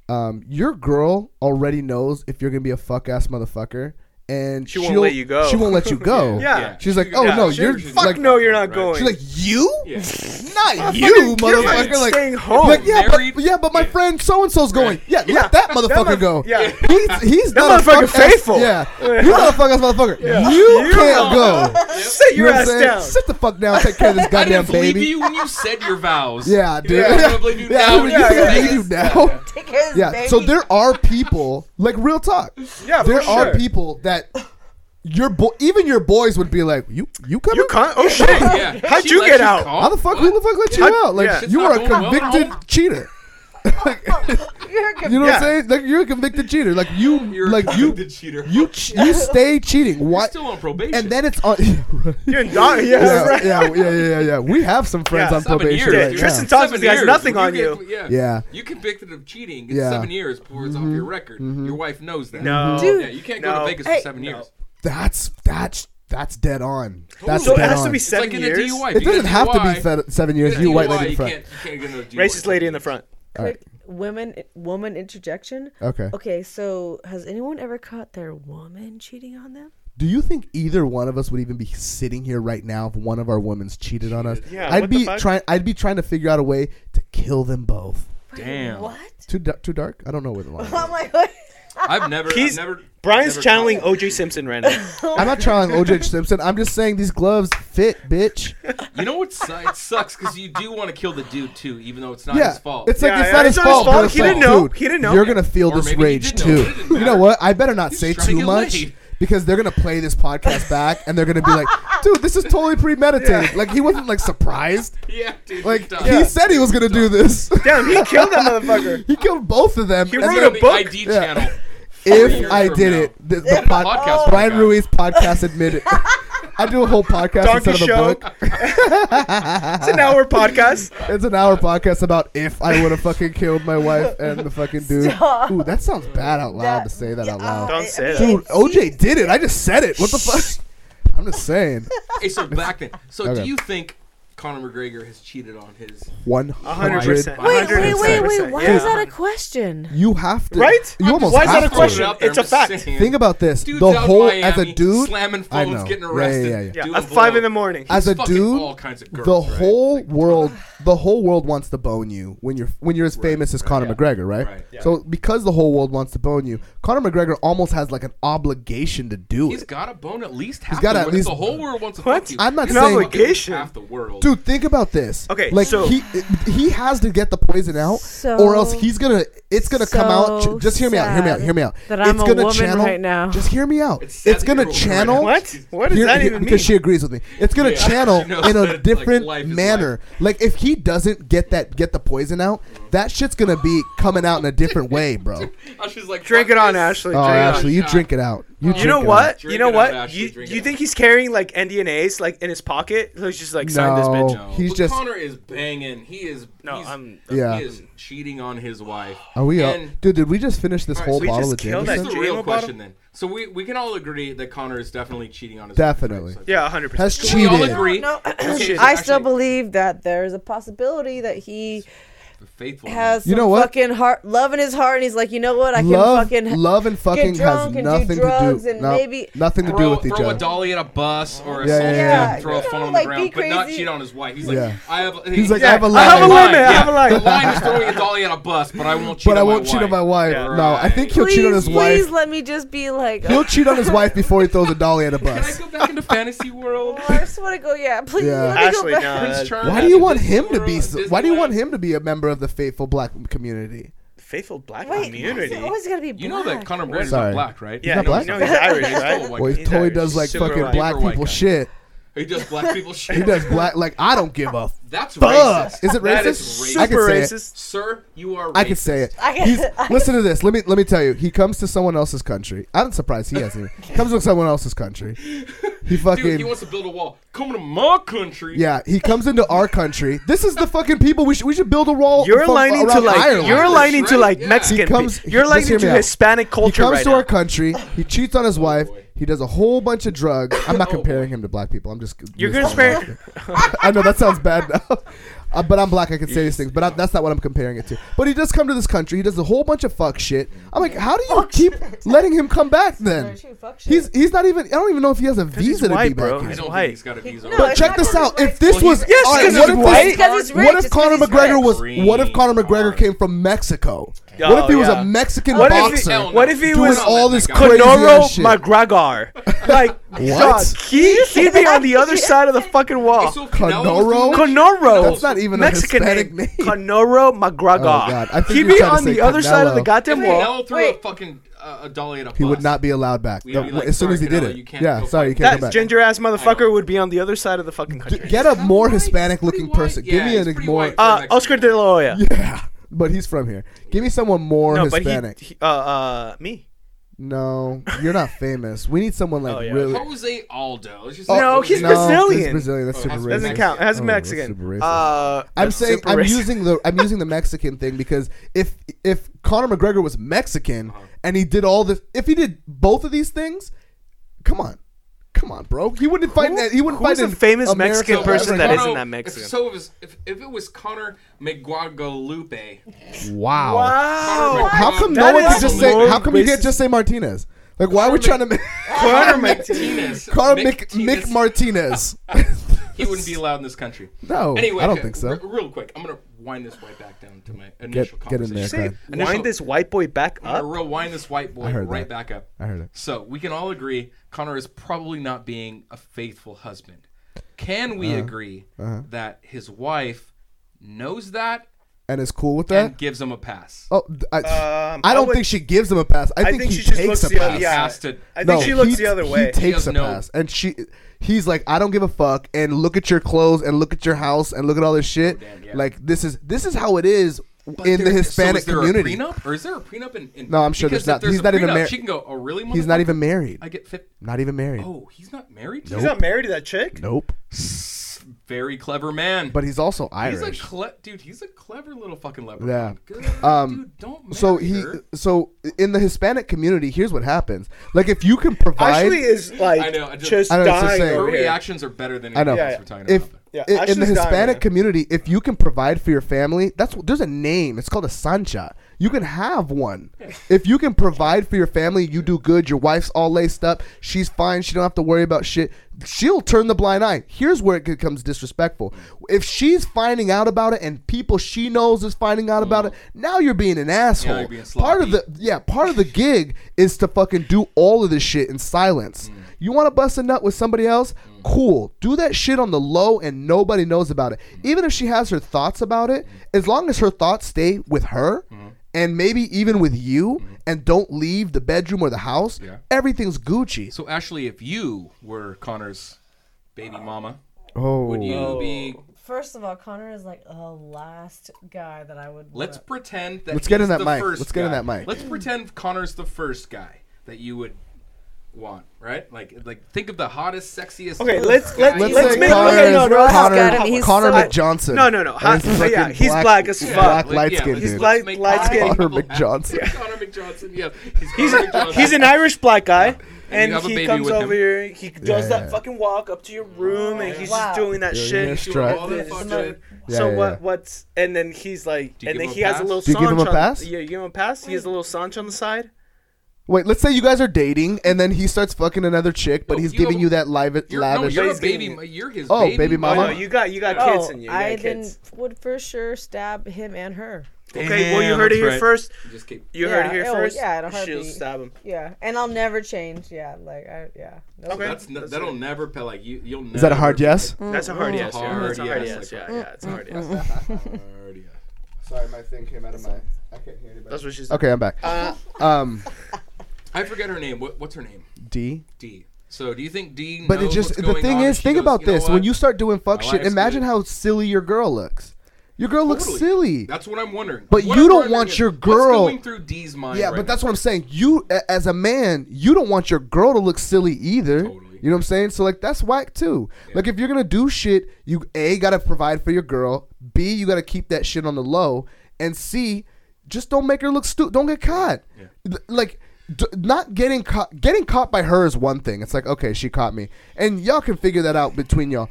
Speaker 3: um, your girl already knows if you're gonna be a fuck ass motherfucker, and
Speaker 4: She won't
Speaker 3: she'll-
Speaker 4: let you go.
Speaker 3: She won't let you go.
Speaker 4: Yeah.
Speaker 3: she's like, oh
Speaker 4: Yeah,
Speaker 3: no,
Speaker 4: she-
Speaker 3: you're
Speaker 5: she-
Speaker 4: Fuck
Speaker 3: like,
Speaker 4: no, you're not going.
Speaker 3: She's like, you?
Speaker 5: Yeah.
Speaker 3: Not you,
Speaker 4: You're fucking
Speaker 3: motherfucker. Like,
Speaker 4: staying home.
Speaker 3: Like, yeah,
Speaker 5: married.
Speaker 3: but, yeah, but my friend so and so's going. Yeah, let that motherfucker
Speaker 4: mother-
Speaker 3: go.
Speaker 4: yeah.
Speaker 3: he's, he's
Speaker 4: That
Speaker 3: not a
Speaker 4: motherfucker
Speaker 3: fuck ass-
Speaker 4: faithful.
Speaker 3: yeah, you not a fuck ass motherfucker. You, can't go.
Speaker 4: Sit
Speaker 3: You know
Speaker 4: your
Speaker 3: what I'm
Speaker 4: ass
Speaker 3: saying?
Speaker 4: down.
Speaker 3: Sit the fuck down. Take care of this
Speaker 5: I
Speaker 3: goddamn
Speaker 5: didn't believe
Speaker 3: baby.
Speaker 5: you when you said your vows.
Speaker 3: Yeah, dude.
Speaker 5: Yeah, I don't believe you now.
Speaker 3: when
Speaker 4: Yeah,
Speaker 3: you
Speaker 4: yeah,
Speaker 3: think you do now.
Speaker 6: Take care of this
Speaker 3: Yeah. So
Speaker 6: baby.
Speaker 3: there are people like real talk.
Speaker 4: Yeah, for
Speaker 3: there are
Speaker 4: sure.
Speaker 3: people that your bo- even your boys would be like, you you coming?
Speaker 4: You can't. Oh shit.
Speaker 5: Yeah.
Speaker 4: How'd
Speaker 5: She
Speaker 4: you
Speaker 5: let
Speaker 4: get out?
Speaker 5: call?
Speaker 3: How the fuck? Who the fuck let you
Speaker 4: I-
Speaker 3: out? Like
Speaker 4: yeah.
Speaker 3: you
Speaker 5: Oh, It's
Speaker 3: are a
Speaker 5: not going well at
Speaker 3: convicted
Speaker 5: home.
Speaker 3: cheater.
Speaker 6: Oh, You're a
Speaker 3: You know what
Speaker 4: Yeah.
Speaker 3: I'm saying? Like you're a convicted cheater. Like you,
Speaker 5: You're
Speaker 3: like
Speaker 5: a
Speaker 3: you,
Speaker 5: convicted cheater.
Speaker 3: you, ch- you stay cheating.
Speaker 5: You're
Speaker 3: Why?
Speaker 5: still on probation.
Speaker 3: And then it's on. yeah,
Speaker 4: You're in dog. Yeah,
Speaker 3: yeah,
Speaker 4: right.
Speaker 3: yeah, yeah, yeah, yeah. We have some friends
Speaker 4: Yeah,
Speaker 3: on
Speaker 5: seven
Speaker 3: probation
Speaker 5: years,
Speaker 3: right
Speaker 5: dude.
Speaker 3: now.
Speaker 4: Tristan Thompson
Speaker 5: Seven
Speaker 4: has
Speaker 5: years.
Speaker 4: nothing
Speaker 5: When
Speaker 4: on
Speaker 5: get-
Speaker 4: you.
Speaker 5: Yeah.
Speaker 3: Yeah.
Speaker 5: You convicted of cheating. It's
Speaker 3: Yeah. Mm-hmm.
Speaker 5: seven years before it's off your record. Your wife knows that.
Speaker 4: No.
Speaker 6: Dude.
Speaker 5: Yeah, you can't go
Speaker 4: No.
Speaker 5: to Vegas
Speaker 6: Hey.
Speaker 5: for seven
Speaker 4: No.
Speaker 5: years.
Speaker 3: That's that's that's dead on. That's
Speaker 4: So it
Speaker 3: dead
Speaker 4: has to
Speaker 3: on.
Speaker 4: be
Speaker 5: It's
Speaker 4: seven
Speaker 5: like in
Speaker 4: years.
Speaker 5: a DUI. If
Speaker 3: It
Speaker 5: you get
Speaker 3: doesn't
Speaker 5: a
Speaker 3: have to
Speaker 5: DUI,
Speaker 3: be fed, seven years.
Speaker 5: get a
Speaker 3: You white
Speaker 5: DUI,
Speaker 3: lady in
Speaker 5: you
Speaker 3: front.
Speaker 5: can't- you can't get no DUI.
Speaker 4: Racist lady in the front.
Speaker 6: quick women woman interjection.
Speaker 3: Okay.
Speaker 6: Okay, so has anyone ever caught their woman cheating on them?
Speaker 3: Do you think either one of us would even be sitting here right now if one of our women's cheated on us?
Speaker 4: Yeah,
Speaker 3: I'd
Speaker 4: what the
Speaker 3: be
Speaker 4: fuck?
Speaker 3: trying. I'd be trying to figure out a way to kill them both.
Speaker 5: Damn.
Speaker 6: What?
Speaker 3: Too da- too dark. I don't know where the line. is.
Speaker 6: I'm like, what?
Speaker 5: I've never.
Speaker 4: He's-
Speaker 5: I've never
Speaker 4: Brian's
Speaker 5: never
Speaker 4: channeling OJ Simpson right now.
Speaker 3: I'm not trying OJ Simpson. I'm just saying these gloves fit, bitch.
Speaker 5: You know what? su- It sucks because you do want to kill the dude too, even though it's not
Speaker 3: yeah,
Speaker 5: his fault.
Speaker 3: it's like
Speaker 4: Yeah,
Speaker 3: it's
Speaker 4: yeah,
Speaker 3: not
Speaker 4: it's
Speaker 3: his
Speaker 4: not his
Speaker 3: fault.
Speaker 4: fault.
Speaker 3: but it's
Speaker 4: He
Speaker 3: like,
Speaker 4: didn't know.
Speaker 3: dude,
Speaker 4: He didn't know.
Speaker 3: You're gonna feel
Speaker 5: Or
Speaker 3: this
Speaker 5: maybe he
Speaker 3: rage
Speaker 5: did know.
Speaker 3: too.
Speaker 5: It didn't
Speaker 3: You know
Speaker 5: matter.
Speaker 3: what? I better not say
Speaker 5: just trying
Speaker 3: too
Speaker 5: to get
Speaker 3: much
Speaker 5: laid.
Speaker 3: because they're gonna play this podcast back and they're gonna be like, dude, this is totally premeditated. Like he wasn't like surprised.
Speaker 5: yeah, dude.
Speaker 3: Like
Speaker 5: stop.
Speaker 3: he said he was gonna do this.
Speaker 4: Damn, he killed that motherfucker.
Speaker 3: he killed both of them.
Speaker 4: He
Speaker 3: and
Speaker 5: It's
Speaker 4: wrote
Speaker 3: then
Speaker 5: gonna
Speaker 4: a
Speaker 5: be
Speaker 4: book.
Speaker 5: ID
Speaker 3: Yeah.
Speaker 5: channel.
Speaker 3: if
Speaker 5: years
Speaker 3: I
Speaker 5: from
Speaker 3: did
Speaker 5: now.
Speaker 3: it, the, the pod-
Speaker 5: podcast will
Speaker 3: Brian
Speaker 5: come out.
Speaker 3: Ruiz podcast admitted. I do a whole podcast
Speaker 4: Donkey
Speaker 3: instead of
Speaker 4: show.
Speaker 3: a book.
Speaker 4: It's an hour podcast.
Speaker 3: It's an hour podcast about if I would have fucking killed my wife and the fucking dude.
Speaker 6: Stop.
Speaker 3: Ooh, that sounds bad out loud to say that out loud.
Speaker 4: Don't say that.
Speaker 3: Dude, OJ did it. I just said it. What the fuck? I'm just saying.
Speaker 5: Hey, so back then. So
Speaker 3: Okay.
Speaker 5: do you think Conor McGregor has cheated on his?
Speaker 3: 100%.
Speaker 6: Wait, wait, wait, wait.
Speaker 4: 100%,
Speaker 6: Why
Speaker 4: yeah.
Speaker 6: is that a question?
Speaker 3: You have to.
Speaker 4: Right?
Speaker 3: You almost
Speaker 4: Why is
Speaker 3: have
Speaker 4: that a
Speaker 3: to.
Speaker 5: Throwing it
Speaker 4: question?
Speaker 5: out there,
Speaker 4: It's a
Speaker 5: I'm just
Speaker 4: fact.
Speaker 5: saying.
Speaker 3: Think about this.
Speaker 5: Dude's
Speaker 3: the
Speaker 5: out in
Speaker 3: whole,
Speaker 5: Miami,
Speaker 3: as a dude.
Speaker 5: slamming
Speaker 3: I
Speaker 5: phones,
Speaker 3: know.
Speaker 5: getting
Speaker 3: Yeah, yeah,
Speaker 5: arrested,
Speaker 3: yeah.
Speaker 4: Yeah,
Speaker 5: doing
Speaker 4: at five in the
Speaker 5: blow.
Speaker 4: morning.
Speaker 3: as a
Speaker 5: fucking
Speaker 3: dude,
Speaker 5: all kinds of girls,
Speaker 3: the
Speaker 5: right?
Speaker 3: whole world, the whole world wants to bone you when you're when you're as famous as Conor McGregor, right?
Speaker 5: Right. Yeah.
Speaker 3: So because the whole world wants to bone you, Conor McGregor almost has like an obligation to do
Speaker 5: He's
Speaker 3: it.
Speaker 5: got a bone at least half.
Speaker 3: gotta
Speaker 5: the
Speaker 3: at
Speaker 5: world.
Speaker 3: least-
Speaker 5: the whole world wants to
Speaker 4: What?
Speaker 5: fuck you.
Speaker 3: I'm not
Speaker 5: He's
Speaker 3: saying-
Speaker 5: fucking
Speaker 4: Obligation.
Speaker 5: Half the world,
Speaker 3: Dude, think about this.
Speaker 4: Okay,
Speaker 3: like
Speaker 4: so-
Speaker 3: he he has to get the poison out, or else
Speaker 6: So-
Speaker 3: he's gonna it's gonna come
Speaker 6: so
Speaker 3: out. Just hear me out. Hear me out. Hear me out.
Speaker 6: sad that
Speaker 3: it's
Speaker 6: I'm a
Speaker 3: gonna
Speaker 6: woman
Speaker 3: channel,
Speaker 6: right now.
Speaker 3: Just hear me out.
Speaker 5: It's
Speaker 3: It's,
Speaker 5: sad that
Speaker 3: gonna
Speaker 5: you're a woman right
Speaker 3: channel.
Speaker 5: now.
Speaker 4: What? What does
Speaker 3: Here-
Speaker 4: that
Speaker 3: here-
Speaker 4: even mean?
Speaker 3: Because she agrees with me. It's gonna
Speaker 5: Yeah.
Speaker 3: channel
Speaker 5: She knows
Speaker 3: in
Speaker 5: that it's
Speaker 3: a
Speaker 5: like
Speaker 3: different
Speaker 5: life is
Speaker 3: manner. Like if he doesn't get that get the poison out, that shit's gonna be coming out in a different way, bro.
Speaker 5: I was just like,
Speaker 4: Drink
Speaker 5: fuck
Speaker 4: it on,
Speaker 5: this.
Speaker 4: Ashley.
Speaker 3: Oh,
Speaker 4: Drink it on.
Speaker 3: Ashley, you drink it out. You,
Speaker 4: You know
Speaker 3: drink it out.
Speaker 4: what?
Speaker 5: Drink
Speaker 4: You know
Speaker 5: it up,
Speaker 4: what?
Speaker 5: Ashley,
Speaker 4: You,
Speaker 5: drink
Speaker 4: you
Speaker 5: it
Speaker 4: think he's carrying like NDNAs like in his pocket? He's just like sign this bitch.
Speaker 3: No.
Speaker 5: No,
Speaker 3: He's
Speaker 5: but
Speaker 3: just-
Speaker 5: Connor is banging. He is.
Speaker 4: No,
Speaker 5: he's,
Speaker 4: I'm-
Speaker 3: Yeah.
Speaker 5: He is cheating on his wife.
Speaker 3: Are we up?
Speaker 5: And-
Speaker 3: Dude, did we just finish this
Speaker 5: Alright,
Speaker 3: whole
Speaker 5: so we
Speaker 3: bottle
Speaker 4: just
Speaker 3: of
Speaker 4: killed
Speaker 5: Here's
Speaker 3: Jameson?
Speaker 4: that
Speaker 5: the
Speaker 4: Jamo
Speaker 5: real
Speaker 4: bottle?
Speaker 5: question then. So we, we can all agree that Connor is definitely cheating on his
Speaker 3: Definitely.
Speaker 5: wife, right? So
Speaker 4: Yeah, 100%.
Speaker 3: Has
Speaker 5: Can we all
Speaker 3: cheated.
Speaker 5: agree?
Speaker 6: No,
Speaker 5: Okay, so
Speaker 6: I still
Speaker 5: actually-
Speaker 6: believe that there is a possibility that he
Speaker 5: faithful.
Speaker 6: has
Speaker 3: You
Speaker 6: some
Speaker 3: know what?
Speaker 6: fucking heart, love in his heart, and he's like, you know what? I can
Speaker 3: love,
Speaker 6: fucking
Speaker 3: love and fucking has
Speaker 6: drunk and do
Speaker 3: nothing to
Speaker 6: drugs
Speaker 3: do.
Speaker 6: and
Speaker 3: no,
Speaker 6: maybe-
Speaker 3: nothing to
Speaker 5: throw,
Speaker 3: do with each
Speaker 5: throw
Speaker 3: other.
Speaker 5: a dolly at a bus or a
Speaker 3: Yeah,
Speaker 5: yeah,
Speaker 3: yeah,
Speaker 5: yeah,
Speaker 3: yeah.
Speaker 5: throw a
Speaker 6: Yeah,
Speaker 5: phone on the
Speaker 6: like, be
Speaker 5: ground, but not
Speaker 6: crazy.
Speaker 5: cheat on his wife. He's like,
Speaker 3: Yeah.
Speaker 5: I have. A,
Speaker 3: He's like, I have a line.
Speaker 4: have a limit. I
Speaker 5: yeah.
Speaker 4: have a line.
Speaker 5: The line is throwing a dolly at a bus, but I won't cheat.
Speaker 3: but
Speaker 5: on
Speaker 3: I won't
Speaker 5: my
Speaker 3: cheat on my wife.
Speaker 5: Right.
Speaker 3: No, I think he'll
Speaker 6: please,
Speaker 3: cheat on his
Speaker 6: please
Speaker 3: wife.
Speaker 6: let me just be like, "Oh,
Speaker 3: He'll cheat on his wife before he throws a dolly at a
Speaker 5: Can I
Speaker 3: bus.
Speaker 5: go back into fantasy world?
Speaker 6: I just want to go. Yeah, please.
Speaker 3: Yeah.
Speaker 6: Let me
Speaker 4: Ashley,
Speaker 6: go back.
Speaker 4: no.
Speaker 5: Prince
Speaker 4: Uh,
Speaker 5: Charming
Speaker 3: Why
Speaker 5: at
Speaker 3: do you
Speaker 5: the
Speaker 3: want
Speaker 5: Disney
Speaker 3: him to be?
Speaker 5: World,
Speaker 3: So, why do you
Speaker 5: Disneyland?
Speaker 3: want him to be a member of the faithful black community?
Speaker 4: Faithful black
Speaker 6: Wait,
Speaker 4: community.
Speaker 6: It's always gotta be black.
Speaker 5: You know that Conor Brady's
Speaker 3: Sorry.
Speaker 5: not black, right?
Speaker 4: yeah,
Speaker 3: not
Speaker 4: no,
Speaker 3: black?
Speaker 4: you know he's Irish,
Speaker 5: He's
Speaker 4: right?
Speaker 5: still a white
Speaker 3: Well, he
Speaker 4: He's
Speaker 3: totally
Speaker 4: Irish.
Speaker 3: does like
Speaker 4: Super
Speaker 3: fucking
Speaker 4: white.
Speaker 3: black
Speaker 5: Super white
Speaker 3: people
Speaker 5: guy.
Speaker 3: shit.
Speaker 5: He does black people shit.
Speaker 3: He does black like I don't give a
Speaker 5: That's
Speaker 3: fuck.
Speaker 5: racist.
Speaker 3: Is it racist?
Speaker 5: That is
Speaker 3: I can
Speaker 5: racist.
Speaker 4: Super
Speaker 3: say it.
Speaker 4: racist.
Speaker 5: Sir, you are. Racist.
Speaker 3: I can say it.
Speaker 6: I can-
Speaker 3: He's,
Speaker 6: I can-
Speaker 3: listen to this. Let me let me tell you. He comes to someone else's country. I'm surprised he hasn't. He comes to someone else's country. He fucking
Speaker 5: Dude, he wants to build a wall. Come to my country.
Speaker 3: yeah. He comes into our country. This is the fucking people we should we should build a wall.
Speaker 4: You're
Speaker 3: fu-
Speaker 4: aligning to
Speaker 3: around
Speaker 4: like
Speaker 3: Ireland.
Speaker 4: you're aligning to
Speaker 5: right?
Speaker 4: like
Speaker 5: Yeah.
Speaker 4: Mexican.
Speaker 3: He comes-
Speaker 4: people. You're
Speaker 3: just
Speaker 4: aligning
Speaker 3: hear me
Speaker 4: to
Speaker 3: out.
Speaker 4: Hispanic
Speaker 3: He
Speaker 4: culture
Speaker 3: comes
Speaker 4: right
Speaker 3: to
Speaker 4: now.
Speaker 3: our country. He cheats on his wife.
Speaker 5: boy.
Speaker 3: He does a whole bunch of drugs. I'm not comparing him to black people. I'm just
Speaker 4: You're
Speaker 3: just-
Speaker 4: gonna spare.
Speaker 3: I know that sounds bad now. Uh, but I'm black. I can say these things. But I, that's not what I'm comparing it to. But he does come to this country. He does a whole bunch of fuck shit. I'm like, how do you keep letting him come back then?
Speaker 6: Sorry, fuck shit.
Speaker 3: He's he's not even. I don't even know if he has a
Speaker 4: he's
Speaker 3: visa to be
Speaker 4: white,
Speaker 3: back
Speaker 4: bro.
Speaker 3: here.
Speaker 5: I don't
Speaker 4: Why?
Speaker 5: think he's got a visa.
Speaker 6: No,
Speaker 3: But
Speaker 6: it's
Speaker 3: check
Speaker 6: not
Speaker 3: this
Speaker 6: because
Speaker 3: out.
Speaker 6: he's
Speaker 3: If this
Speaker 5: Well,
Speaker 3: was
Speaker 5: he's-
Speaker 4: Yes,
Speaker 3: all right,
Speaker 4: 'cause
Speaker 3: what
Speaker 4: he's
Speaker 3: if
Speaker 4: white.
Speaker 3: this-
Speaker 6: It's 'cause he's rich.
Speaker 3: What if
Speaker 6: It's 'cause
Speaker 3: Conor
Speaker 6: he's
Speaker 3: McGregor
Speaker 6: rich.
Speaker 3: was? What if
Speaker 5: Green
Speaker 3: Conor McGregor
Speaker 5: card.
Speaker 3: came from Mexico?
Speaker 4: Yeah.
Speaker 3: What if he was
Speaker 4: Yeah.
Speaker 3: a Mexican
Speaker 4: What if he-
Speaker 3: boxer?
Speaker 5: Hell no.
Speaker 4: What if he
Speaker 3: Doing
Speaker 4: was
Speaker 3: all this
Speaker 5: Conor
Speaker 3: crazy
Speaker 4: Conoro
Speaker 3: ass shit.
Speaker 4: McGregor? Like
Speaker 3: What?
Speaker 4: fuck, he he'd be on the other side of the fucking wall.
Speaker 5: So if Canelo
Speaker 3: Conoro?
Speaker 5: was doing that
Speaker 4: Conoro.
Speaker 3: That's not even
Speaker 4: Mexican
Speaker 3: a Hispanic
Speaker 4: name.
Speaker 3: name.
Speaker 4: Conoro McGregor.
Speaker 3: Oh, God. I think
Speaker 4: he'd
Speaker 3: you're
Speaker 4: be
Speaker 3: trying to
Speaker 4: on
Speaker 3: say
Speaker 4: the other side of the
Speaker 3: Canelo.
Speaker 4: goddamn
Speaker 5: shit,
Speaker 4: wall.
Speaker 5: Canelo threw
Speaker 6: Wait.
Speaker 5: a fucking uh, a dolly at a bus.
Speaker 3: he would not be allowed back.
Speaker 5: We'd be
Speaker 3: The-
Speaker 5: like,
Speaker 3: as soon as he
Speaker 5: "Sorry,
Speaker 3: did
Speaker 5: Canelo, you
Speaker 3: it.
Speaker 5: can't
Speaker 3: Yeah,
Speaker 5: go
Speaker 3: sorry, you
Speaker 5: back."
Speaker 3: can't
Speaker 4: That
Speaker 3: come back.
Speaker 4: ginger ass motherfucker
Speaker 5: don't-
Speaker 4: would be on the other side of the fucking
Speaker 3: D-
Speaker 4: country.
Speaker 3: get a more
Speaker 5: white. He's
Speaker 3: Hispanic looking
Speaker 5: pretty white.
Speaker 3: person.
Speaker 5: Yeah,
Speaker 3: Give
Speaker 5: he's
Speaker 3: me a
Speaker 5: pretty
Speaker 3: more.
Speaker 5: white.
Speaker 4: Uh, Oscar De La Hoya.
Speaker 3: Yeah, but he's from here. Give me someone more
Speaker 4: No, but he,
Speaker 3: Hispanic.
Speaker 4: he- uh, uh, me.
Speaker 3: no, you're not famous. We need someone like
Speaker 4: Oh, yeah.
Speaker 3: really.
Speaker 5: Jose Aldo. It's just
Speaker 3: Oh,
Speaker 5: like-
Speaker 4: No, he's
Speaker 3: no,
Speaker 4: Brazilian.
Speaker 3: He's Brazilian. That's
Speaker 5: Oh,
Speaker 3: super
Speaker 5: that's-
Speaker 3: racist.
Speaker 4: Doesn't count. It has a
Speaker 3: Oh, that's
Speaker 4: Mexican.
Speaker 3: super racist.
Speaker 4: Uh,
Speaker 3: I'm
Speaker 4: that's
Speaker 3: saying
Speaker 4: super
Speaker 3: I'm
Speaker 4: racist.
Speaker 3: using the I'm using the Mexican thing because if if Conor McGregor was Mexican
Speaker 4: Uh-huh.
Speaker 3: and he did all this, if he did both of these things, come on, come on, bro, he wouldn't fight.
Speaker 4: Who-
Speaker 3: that he wouldn't
Speaker 4: who's
Speaker 3: fight
Speaker 4: a
Speaker 3: an
Speaker 4: famous
Speaker 3: American
Speaker 4: Mexican person
Speaker 3: American.
Speaker 4: that isn't that Mexican?
Speaker 5: If, so if, it's- if, if it was Connor McGuagalupe,
Speaker 3: Wow.
Speaker 4: Wow.
Speaker 3: How come no
Speaker 4: That
Speaker 3: one
Speaker 4: is
Speaker 3: can just say?
Speaker 4: more
Speaker 3: How come you
Speaker 4: racist.
Speaker 3: can't just say Martinez? Like, why are we trying to make
Speaker 4: Connor
Speaker 5: Martinez,
Speaker 3: Carl Mick,
Speaker 5: Mick
Speaker 3: Mick
Speaker 5: Martinez.
Speaker 3: Martinez?
Speaker 5: he wouldn't be allowed in this country.
Speaker 3: No,
Speaker 5: Anyway,
Speaker 3: I don't
Speaker 5: okay,
Speaker 3: think so.
Speaker 5: r- real quick, I'm gonna wind this white back down to my initial
Speaker 3: get in
Speaker 5: conversation.
Speaker 3: there,
Speaker 4: Say,
Speaker 3: Okay.
Speaker 5: Initial-
Speaker 4: wind this white boy back
Speaker 5: I'm gonna
Speaker 4: up.
Speaker 5: rewind this white boy
Speaker 3: heard
Speaker 5: right
Speaker 3: that.
Speaker 5: back up.
Speaker 3: I heard it.
Speaker 5: So we can all agree Connor is probably not being a faithful husband. Can
Speaker 3: Uh-huh.
Speaker 5: we agree that his wife knows that
Speaker 3: and is cool with that.
Speaker 5: and gives him a pass?
Speaker 3: Eh. oh, th- I,
Speaker 4: Um,
Speaker 3: I
Speaker 4: I
Speaker 3: don't
Speaker 4: would-
Speaker 3: think she gives him a pass. I, think,
Speaker 4: think
Speaker 3: he
Speaker 4: she just
Speaker 3: takes
Speaker 4: looks
Speaker 3: a
Speaker 4: the other-
Speaker 3: pass.
Speaker 4: yeah.
Speaker 5: Pass to-
Speaker 4: I think she looks the other way.
Speaker 3: He takes
Speaker 5: She
Speaker 3: a
Speaker 5: goes, "No."
Speaker 3: pass, and she, he's like, I don't give a fuck, and look at your clothes, and look at your house, and look at all this shit.
Speaker 5: Oh, damn, yeah.
Speaker 3: like this is this is how it is
Speaker 5: But
Speaker 3: in the
Speaker 5: there- so
Speaker 3: Hispanic
Speaker 5: is there
Speaker 3: community.
Speaker 5: A prenup, or is there a prenup in? in
Speaker 3: No, I'm sure
Speaker 5: because
Speaker 3: there's not.
Speaker 5: if There's
Speaker 3: He's
Speaker 5: a
Speaker 3: not even
Speaker 5: prenup,
Speaker 3: married.
Speaker 5: She can go. Oh, really?
Speaker 3: He's not
Speaker 5: motherfucker?
Speaker 3: even married.
Speaker 5: I get fit.
Speaker 3: Not even married.
Speaker 5: Oh, he's not married.
Speaker 4: He's not married to that chick.
Speaker 3: Nope.
Speaker 5: Very clever man.
Speaker 3: But he's also Irish.
Speaker 5: he's a cle- dude. He's a clever little fucking leprechaun.
Speaker 3: Yeah.
Speaker 5: Good,
Speaker 3: Um,
Speaker 5: dude, don't marry
Speaker 3: so he
Speaker 5: her.
Speaker 3: so in the Hispanic community, here's what happens. Like if you can provide
Speaker 4: Ashley is like
Speaker 5: I know, I
Speaker 4: just,
Speaker 5: just-
Speaker 3: I know, it's the
Speaker 4: dying
Speaker 3: same.
Speaker 5: Her
Speaker 4: over here.
Speaker 5: reactions are better than
Speaker 3: I know.
Speaker 5: anything
Speaker 3: Yeah,
Speaker 5: else
Speaker 4: yeah.
Speaker 5: we're talking
Speaker 3: if
Speaker 5: about.
Speaker 4: Yeah,
Speaker 3: i-
Speaker 4: Ash
Speaker 3: in the
Speaker 4: is dying,
Speaker 3: Hispanic
Speaker 4: man.
Speaker 3: community, if you can provide for your family, that's there's a name. It's called a sancha. You can have one. If you can provide for your family, you do good. Your wife's all laced up. She's fine. She don't have to worry about shit. She'll turn the blind eye. Here's where it becomes disrespectful. If she's finding out about it and people she knows is finding out about it, now you're being an asshole.
Speaker 5: being
Speaker 3: part of
Speaker 5: sloppy.
Speaker 3: the yeah, part of the gig is to fucking do all of this shit in silence.
Speaker 4: Mm.
Speaker 3: You want to bust a nut with somebody else? Cool. Do that shit on the low and nobody knows about it.
Speaker 4: Mm.
Speaker 3: Even if she has her thoughts about it, as long as her thoughts stay with her
Speaker 4: Mm.
Speaker 3: and maybe even with you and don't leave the bedroom or the house,
Speaker 5: Yeah.
Speaker 3: everything's Gucci.
Speaker 5: So Ashley, if you were Connor's baby mama,
Speaker 3: oh.
Speaker 5: would you be?
Speaker 6: First of all, Connor is like the last guy that I would.
Speaker 5: Let's
Speaker 6: wanna-
Speaker 5: pretend that.
Speaker 3: Let's get in
Speaker 5: he's
Speaker 3: that
Speaker 5: the
Speaker 3: mic.
Speaker 5: first
Speaker 3: Let's get in
Speaker 5: guy.
Speaker 3: that mic.
Speaker 5: Let's pretend Connor's the first guy that you would want, right? Like, like think of the hottest, sexiest.
Speaker 4: Okay,
Speaker 5: first
Speaker 4: let's-
Speaker 5: guy.
Speaker 4: let's
Speaker 3: Let's
Speaker 5: You
Speaker 3: say
Speaker 5: would-
Speaker 4: make-
Speaker 3: Connor,
Speaker 4: no, no,
Speaker 3: is-
Speaker 4: no, no,
Speaker 3: Connor,
Speaker 6: he's gotta be- he's
Speaker 3: Connor
Speaker 6: so-
Speaker 3: McJohnson.
Speaker 4: No, no, no.
Speaker 3: And
Speaker 4: Hot-
Speaker 3: fucking
Speaker 4: yeah, he's black as
Speaker 5: Yeah,
Speaker 4: fuck.
Speaker 3: Black, light
Speaker 5: yeah,
Speaker 3: skinned
Speaker 5: let's-
Speaker 3: dude.
Speaker 4: Light-
Speaker 5: make
Speaker 4: light-skinned.
Speaker 5: Connor
Speaker 3: Connor McJohnson.
Speaker 5: Connor McJohnson. Yeah, he's Connor McJohnson.
Speaker 4: He's an Irish black guy,
Speaker 5: And
Speaker 4: and,
Speaker 5: you have a
Speaker 4: he
Speaker 5: baby
Speaker 4: comes
Speaker 5: with
Speaker 4: over
Speaker 5: him.
Speaker 4: here. He does
Speaker 3: Yeah.
Speaker 4: that fucking walk up to your room, and he's
Speaker 6: Wow.
Speaker 4: just doing that
Speaker 3: Yeah,
Speaker 4: shit.
Speaker 3: yeah.
Speaker 5: Doing all
Speaker 3: Strut.
Speaker 5: that fucking-
Speaker 3: Yeah,
Speaker 4: so
Speaker 3: yeah,
Speaker 4: what?
Speaker 3: yeah.
Speaker 4: What's and then he's like,
Speaker 5: Do you
Speaker 4: and
Speaker 5: give
Speaker 4: then
Speaker 5: him a
Speaker 4: he has a
Speaker 5: pass?
Speaker 4: little.
Speaker 3: Do you give him
Speaker 4: Sanch
Speaker 3: a
Speaker 4: on-
Speaker 3: pass?
Speaker 4: Yeah, you give him a pass. He has a little Sanch on the side.
Speaker 3: Wait, let's say you guys are dating, and then he starts fucking another chick, but
Speaker 5: No,
Speaker 3: he's
Speaker 5: you
Speaker 3: giving
Speaker 5: go-
Speaker 3: you that live
Speaker 5: You're,
Speaker 3: lavish.
Speaker 5: no, you're a
Speaker 4: He's getting
Speaker 5: baby.
Speaker 4: it.
Speaker 5: ma- You're his
Speaker 3: Oh,
Speaker 5: baby,
Speaker 3: baby
Speaker 4: Oh,
Speaker 3: mama?
Speaker 4: no, you got you got kids in you. you got
Speaker 6: Oh, I then
Speaker 4: kids.
Speaker 6: would for sure stab him and her.
Speaker 4: Okay, well you heard it
Speaker 5: that's
Speaker 4: here
Speaker 5: right.
Speaker 4: first.
Speaker 5: Just keep.
Speaker 4: You
Speaker 6: Yeah,
Speaker 4: heard it here
Speaker 6: oh,
Speaker 4: first.
Speaker 6: yeah, in a
Speaker 4: She'll
Speaker 6: heartbeat.
Speaker 4: stab him.
Speaker 6: Yeah, and I'll never change. Yeah, like I yeah. No.
Speaker 4: Okay.
Speaker 5: That's, n- that'll never pay. Like you, you'll.
Speaker 3: Is that a hard yes?
Speaker 4: That's a hard yes.
Speaker 5: a
Speaker 4: yeah, Oh, That's a
Speaker 5: hard
Speaker 4: hard yes.
Speaker 5: yes,
Speaker 4: Yeah, yeah, it's a hard yes.
Speaker 3: Sorry, my thing came out of my. I can't hear anybody.
Speaker 4: That's what she's.
Speaker 3: Okay, I'm back.
Speaker 5: Uh,
Speaker 3: um,
Speaker 5: I forget her name. What, what's her name?
Speaker 3: D.
Speaker 5: D. So do you think D?
Speaker 3: But it
Speaker 5: knows
Speaker 3: just
Speaker 5: what's
Speaker 3: the
Speaker 5: going
Speaker 3: thing
Speaker 5: on and
Speaker 3: is,
Speaker 5: she
Speaker 3: think
Speaker 5: goes,
Speaker 3: about
Speaker 5: know
Speaker 3: this.
Speaker 5: what?
Speaker 3: When you start doing fuck
Speaker 5: My
Speaker 3: shit,
Speaker 5: life's
Speaker 3: imagine
Speaker 5: good.
Speaker 3: how silly your girl looks. Your girl looks
Speaker 5: Totally.
Speaker 3: silly.
Speaker 5: That's what I'm wondering.
Speaker 3: But
Speaker 5: What
Speaker 3: you
Speaker 5: I'm
Speaker 3: don't
Speaker 5: wondering
Speaker 3: want
Speaker 5: is,
Speaker 3: your
Speaker 5: What's
Speaker 3: girl-
Speaker 5: going through D's mind?
Speaker 3: Yeah,
Speaker 5: right
Speaker 3: but
Speaker 5: now?
Speaker 3: that's what I'm saying. You, a- as a man, you don't want your girl to look silly either.
Speaker 5: Totally.
Speaker 3: You know what I'm saying? So like, that's whack too. Like, if you're gonna do shit, you a gotta provide for your girl. B, you gotta keep that shit on the low. And C, just don't make her look stupid. Don't get caught. L- Like. D- not getting caught getting caught by her is one thing it's like okay she caught me and y'all can figure that out between y'all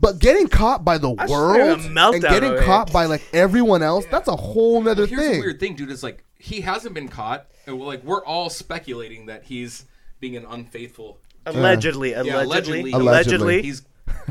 Speaker 3: but getting caught by the
Speaker 4: just
Speaker 3: world
Speaker 4: had a
Speaker 3: and
Speaker 4: meltdown
Speaker 3: getting
Speaker 4: over here.
Speaker 3: caught by like everyone else that's a whole nother
Speaker 5: Here's
Speaker 3: thing
Speaker 5: the weird thing, dude. It's like he hasn't been caught, and we're like we're all speculating that he's being an unfaithful.
Speaker 4: Allegedly,
Speaker 5: Yeah,
Speaker 4: allegedly,
Speaker 5: allegedly,
Speaker 3: Allegedly.
Speaker 4: allegedly.
Speaker 5: he's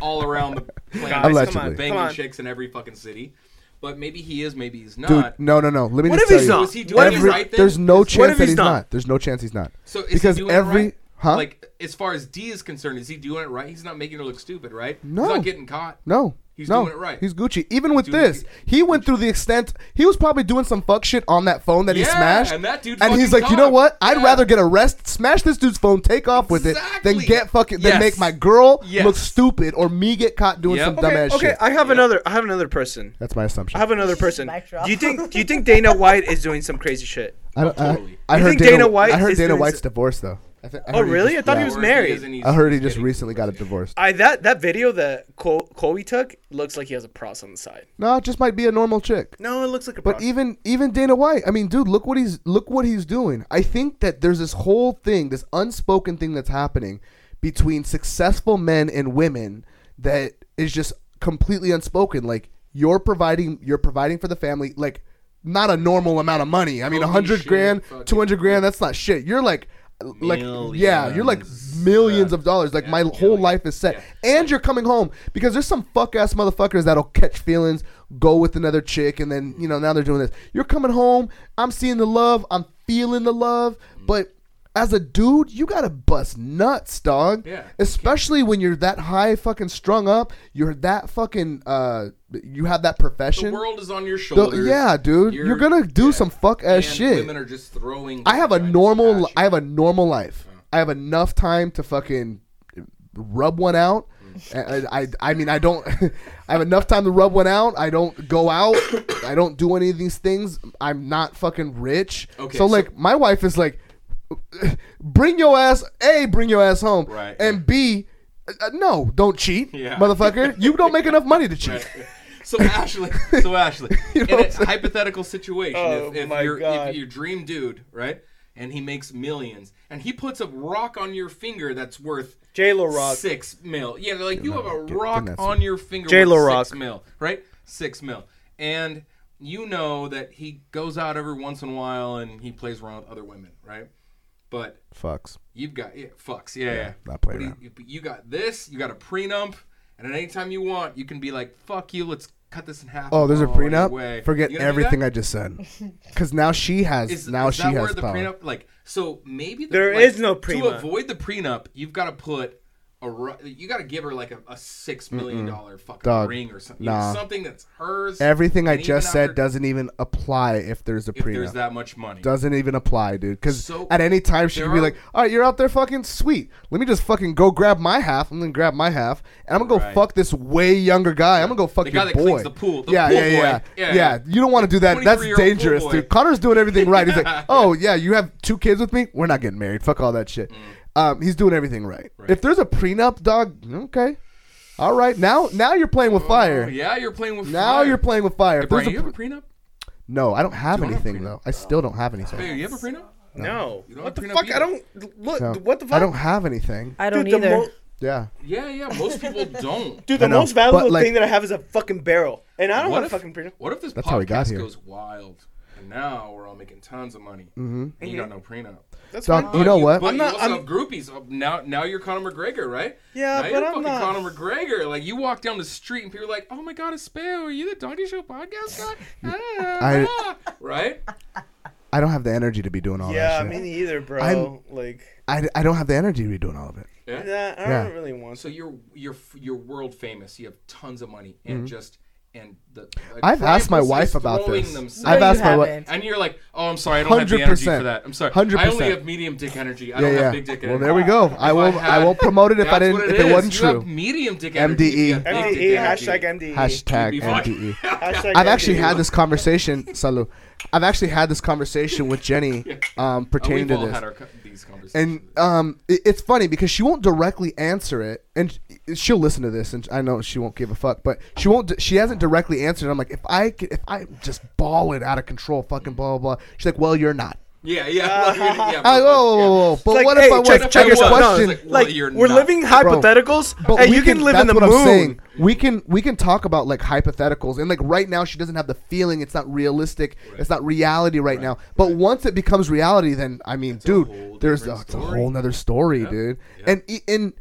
Speaker 5: all around the planet,
Speaker 4: Guys,
Speaker 3: Allegedly.
Speaker 4: come on,
Speaker 5: banging
Speaker 4: come on.
Speaker 5: chicks in every fucking city. But maybe he is, maybe he's
Speaker 3: Dude,
Speaker 5: not.
Speaker 3: no, no, no. Let me
Speaker 4: What
Speaker 3: just
Speaker 4: if
Speaker 3: tell
Speaker 4: he's
Speaker 3: you.
Speaker 4: not?
Speaker 5: Is he doing
Speaker 4: Every-
Speaker 5: the right thing?
Speaker 3: There's no chance
Speaker 4: if
Speaker 3: that
Speaker 4: he's
Speaker 3: he's not?
Speaker 4: not?
Speaker 3: There's no chance he's not.
Speaker 5: So is
Speaker 3: because
Speaker 5: he doing
Speaker 3: every
Speaker 5: it right?
Speaker 3: huh?
Speaker 5: Like as far as D is concerned, is he doing it right? He's not making her look stupid, right?
Speaker 3: No.
Speaker 5: he's not getting caught.
Speaker 3: no.
Speaker 5: He's
Speaker 3: no,
Speaker 5: doing it right.
Speaker 3: He's Gucci. Even with
Speaker 5: doing
Speaker 3: this,
Speaker 5: it-
Speaker 3: he went through the extent. He was probably doing some fuck shit on that phone that he
Speaker 5: Yeah,
Speaker 3: smashed.
Speaker 5: and that dude
Speaker 3: and he's
Speaker 5: fucking
Speaker 3: like, you know
Speaker 5: caught.
Speaker 3: what? I'd
Speaker 5: Yeah.
Speaker 3: rather get arrested, smash this dude's phone, take off with it, than
Speaker 5: Exactly.
Speaker 3: get fucking, than
Speaker 5: Yes.
Speaker 3: make my girl
Speaker 5: Yes.
Speaker 3: look stupid or me get caught doing
Speaker 5: Yep.
Speaker 3: some
Speaker 4: Okay,
Speaker 3: dumbass
Speaker 4: okay.
Speaker 3: shit.
Speaker 4: I have another. I have another person.
Speaker 3: That's my assumption.
Speaker 4: I have another person.
Speaker 6: Backdrop.
Speaker 4: Do you think? Do you think Dana White is doing some crazy shit?
Speaker 3: I, don't, I,
Speaker 5: Totally.
Speaker 3: I
Speaker 4: You
Speaker 3: heard
Speaker 4: think
Speaker 3: Dana,
Speaker 4: Dana White
Speaker 3: I heard
Speaker 4: is
Speaker 3: Dana
Speaker 4: doing
Speaker 3: White's
Speaker 4: some-
Speaker 3: divorst though. I thi- I
Speaker 4: Oh,
Speaker 3: heard he
Speaker 4: really?
Speaker 3: just-
Speaker 4: I thought he
Speaker 3: yeah.
Speaker 4: was
Speaker 5: Or
Speaker 4: married.
Speaker 5: isn't, he's
Speaker 3: I heard he
Speaker 5: just
Speaker 3: just
Speaker 5: getting-
Speaker 3: recently got a divorce.
Speaker 4: I that that video that Cole, Coley took looks like he has a pros on the side.
Speaker 3: No, it just might be a normal chick.
Speaker 4: No, it looks like a.
Speaker 3: But
Speaker 4: pros.
Speaker 3: even even Dana White, I mean, dude, look what he's look what he's doing. I think that there's this whole thing, this unspoken thing that's happening between successful men and women that is just completely unspoken. Like you're providing you're providing for the family, like not a normal amount of money. I mean, a
Speaker 5: Holy
Speaker 3: hundred
Speaker 5: shit,
Speaker 3: grand,
Speaker 5: fucking-
Speaker 3: two hundred grand, that's not shit. You're like like yeah, you're like millions of dollars. Like my whole life is set, and you're coming home because there's some fuck ass motherfuckers that'll catch feelings, go with another chick, and then you know now they're doing this. You're coming home. I'm seeing the love. I'm feeling the love,
Speaker 5: Mm.
Speaker 3: but. As a dude, you gotta bust nuts, dog.
Speaker 5: Yeah.
Speaker 3: Especially when you're that high fucking strung up, you're that fucking uh you have that
Speaker 5: The
Speaker 3: profession.
Speaker 5: world is on your
Speaker 3: The-
Speaker 5: shoulders.
Speaker 3: yeah, dude. You're, gonna do
Speaker 5: yeah.
Speaker 3: some fuck ass
Speaker 5: And
Speaker 3: shit.
Speaker 5: Women are just throwing.
Speaker 3: I have a
Speaker 5: vagina
Speaker 3: normal.
Speaker 5: at you.
Speaker 3: I have a normal life.
Speaker 5: Mm.
Speaker 3: I have enough time to fucking rub one out.
Speaker 5: Mm.
Speaker 3: I, I, I mean, I don't. I have enough time to rub one out. I don't go out. I don't do any of these things. I'm not fucking rich.
Speaker 5: Okay,
Speaker 3: so
Speaker 5: so-
Speaker 3: like, my wife is like, bring your ass. A, bring your ass home.
Speaker 5: Right.
Speaker 3: And B, uh, no, don't cheat,
Speaker 5: Yeah.
Speaker 3: motherfucker. You don't make enough money to cheat.
Speaker 5: So Ashley, so Ashley,
Speaker 3: know what
Speaker 5: in a hypothetical situation,
Speaker 4: Oh,
Speaker 5: if, if,
Speaker 4: my
Speaker 5: your,
Speaker 4: God.
Speaker 5: if your dream dude, right, and he makes millions, and he puts a rock on your finger that's worth
Speaker 4: J-Lo rock.
Speaker 5: six mil. Yeah, they're like you have a rock
Speaker 3: that
Speaker 5: on your finger,
Speaker 4: J-Lo
Speaker 5: worth
Speaker 4: rock.
Speaker 5: six mil, right, six mil, and you know that he goes out every once in a while and he plays around with other women, right? But
Speaker 3: Fucks.
Speaker 5: You've got yeah, fucks, yeah, yeah.
Speaker 3: not playing
Speaker 5: But you- You, you got this. You got a prenup, and at any time you want, you can be like, "Fuck you, let's cut this in half."
Speaker 3: Oh, there's a prenup. Forget everything
Speaker 5: I
Speaker 3: I just said, because now she has.
Speaker 5: is,
Speaker 3: now
Speaker 5: is
Speaker 3: she
Speaker 5: that
Speaker 3: has
Speaker 5: where the
Speaker 3: power.
Speaker 5: prenup like so maybe the,
Speaker 4: There
Speaker 5: like,
Speaker 4: is no
Speaker 5: to
Speaker 4: prenup.
Speaker 5: avoid the prenup you've got to put a ru- you got to give her like a, a six million dollar fucking
Speaker 3: Dog.
Speaker 5: ring or something
Speaker 3: Nah.
Speaker 5: something that's hers
Speaker 3: Everything I
Speaker 5: and even
Speaker 3: just said
Speaker 5: after-
Speaker 3: doesn't even apply if there's a
Speaker 5: if there's
Speaker 3: prenup.
Speaker 5: that much money
Speaker 3: doesn't even apply, dude. Because
Speaker 5: So,
Speaker 3: at any time she
Speaker 5: there
Speaker 3: could be
Speaker 5: are-
Speaker 3: like, "All right, you're out there fucking sweet. Let me just fucking go grab my half. I'm gonna grab my half, and I'm gonna go
Speaker 5: Right.
Speaker 3: fuck this way younger guy. I'm gonna go fuck
Speaker 5: The
Speaker 3: your
Speaker 5: guy that
Speaker 3: boy.
Speaker 5: cleans the pool- the
Speaker 3: yeah,
Speaker 5: pool
Speaker 3: yeah,
Speaker 5: boy.
Speaker 3: yeah, yeah,
Speaker 5: Yeah.
Speaker 3: You don't want to do that. That's
Speaker 5: 23-year-old pool
Speaker 3: dangerous,
Speaker 5: boy.
Speaker 3: dude. Connor's doing everything right. He's like, "Oh yeah, you have two kids with me. We're not getting married. Fuck all that shit."
Speaker 5: Mm.
Speaker 3: Um, he's doing everything right. If there's a prenup, dog, okay, all right. Now, now you're playing with fire.
Speaker 5: Oh, yeah you're playing with
Speaker 3: Now
Speaker 5: fire.
Speaker 3: you're playing with fire.
Speaker 5: Hey,
Speaker 3: If there's
Speaker 5: Brian,
Speaker 3: a
Speaker 5: you have a
Speaker 3: pre-
Speaker 5: prenup
Speaker 3: no, I don't have
Speaker 5: have
Speaker 3: anything
Speaker 5: prenup?
Speaker 3: though. I still don't have
Speaker 5: Hey,
Speaker 3: anything.
Speaker 5: you have a prenup
Speaker 4: No.
Speaker 5: don't
Speaker 4: What
Speaker 5: have
Speaker 4: the
Speaker 5: prenup
Speaker 4: fuck? I
Speaker 5: either.
Speaker 4: don't look.
Speaker 3: No.
Speaker 4: What the fuck?
Speaker 3: I don't have anything.
Speaker 6: I don't
Speaker 4: Dude, the
Speaker 6: either.
Speaker 4: mo-
Speaker 3: Yeah.
Speaker 5: Yeah, yeah. Most people don't.
Speaker 4: Dude,
Speaker 3: I
Speaker 4: the
Speaker 3: know,
Speaker 4: most valuable
Speaker 3: but, like-
Speaker 4: thing that I have is a fucking barrel, and I don't
Speaker 5: What
Speaker 4: want a
Speaker 5: if,
Speaker 4: fucking barrel.
Speaker 5: what if this
Speaker 3: That's
Speaker 5: podcast
Speaker 3: how we got here.
Speaker 5: goes wild and now we're all making tons of money and you got no prenup?
Speaker 4: That's
Speaker 3: Doc,
Speaker 4: fine.
Speaker 3: Mm-hmm. you know
Speaker 5: you,
Speaker 3: what?
Speaker 5: But
Speaker 4: I'm
Speaker 5: you
Speaker 4: not-
Speaker 5: also
Speaker 4: I'm-
Speaker 5: have groupies. Uh, Now, now you're Conor McGregor, right?
Speaker 4: Yeah,
Speaker 5: now
Speaker 4: but
Speaker 5: you're
Speaker 4: I'm
Speaker 5: fucking
Speaker 4: not.
Speaker 5: Conor McGregor. Like you walk down the street and people are like, "Oh my God, it's Speo. Are you the Donkey Show podcast guy?" Ah,
Speaker 3: I-
Speaker 5: ah. right?
Speaker 3: I don't have the energy to be doing all
Speaker 4: Yeah,
Speaker 3: that shit.
Speaker 4: me neither, bro.
Speaker 3: I'm-
Speaker 4: like,
Speaker 3: I, I don't have the energy to be doing all of it.
Speaker 5: Yeah.
Speaker 4: nah, I
Speaker 3: Yeah.
Speaker 4: don't really want.
Speaker 5: So
Speaker 4: To.
Speaker 5: you're you're f- you're world famous. You have tons of money and just and the. a
Speaker 3: Mm-hmm. I've asked my
Speaker 5: crisis
Speaker 3: wife about
Speaker 5: throwing
Speaker 3: this.
Speaker 5: themselves.
Speaker 3: I've
Speaker 6: No, you
Speaker 3: asked my wife.
Speaker 6: haven't.
Speaker 5: and you're like, oh, I'm sorry, I don't have the energy
Speaker 3: 100%.
Speaker 5: for that. I'm sorry, I
Speaker 3: 100%.
Speaker 5: only have medium dick energy. I
Speaker 3: Yeah,
Speaker 5: don't
Speaker 3: yeah.
Speaker 5: have big dick
Speaker 3: Well,
Speaker 5: energy.
Speaker 3: there we go. I
Speaker 5: If
Speaker 3: won't- I
Speaker 5: had-
Speaker 3: won't promote it if I
Speaker 5: That's
Speaker 3: didn't-
Speaker 5: what
Speaker 3: if it
Speaker 5: is.
Speaker 3: wasn't
Speaker 5: You
Speaker 3: true. E.
Speaker 5: have medium dick
Speaker 3: MDE.
Speaker 5: energy. if you have big
Speaker 4: MDE,
Speaker 5: dick
Speaker 4: E, hashtag
Speaker 5: energy.
Speaker 4: MDE.
Speaker 5: Uh,
Speaker 3: Hashtag
Speaker 5: You'd be fine.
Speaker 3: MDE.
Speaker 4: Hashtag
Speaker 3: I've actually
Speaker 4: MDE.
Speaker 3: had this conversation, Salu. I've actually had this conversation with Jenny um,
Speaker 5: Uh,
Speaker 3: pertaining to
Speaker 5: We've all
Speaker 3: this.
Speaker 5: had our co- these conversations.
Speaker 3: and um, it, it's funny because she won't directly answer it, and sh- she'll listen to this, and I know she won't give a fuck, but she won't. She hasn't directly answered. I'm like, if I could, if I just balling out of control, fucking blah blah blah. She's like, well, you're not.
Speaker 5: yeah, yeah. well, you're- yeah,
Speaker 3: I
Speaker 5: but-
Speaker 3: go, whoa, whoa, whoa, whoa, but
Speaker 4: like,
Speaker 3: what
Speaker 4: hey,
Speaker 3: if I was?
Speaker 4: check-
Speaker 3: Check,
Speaker 4: check
Speaker 3: your
Speaker 4: yourself out.
Speaker 3: question.
Speaker 5: It's like, well,
Speaker 4: Like,
Speaker 5: you're
Speaker 4: we're
Speaker 5: not.
Speaker 4: living hypotheticals,
Speaker 3: But
Speaker 4: and
Speaker 3: we
Speaker 4: you can, live in the
Speaker 3: that's what I'm saying.
Speaker 4: moon.
Speaker 3: We can we can talk about like hypotheticals and like right now she doesn't have the feeling. It's not realistic. It's not reality right, now. But once it becomes reality, then I mean,
Speaker 5: whole
Speaker 3: dude, there's
Speaker 5: different
Speaker 3: it's a
Speaker 5: story.
Speaker 3: whole nother story, dude. And e- and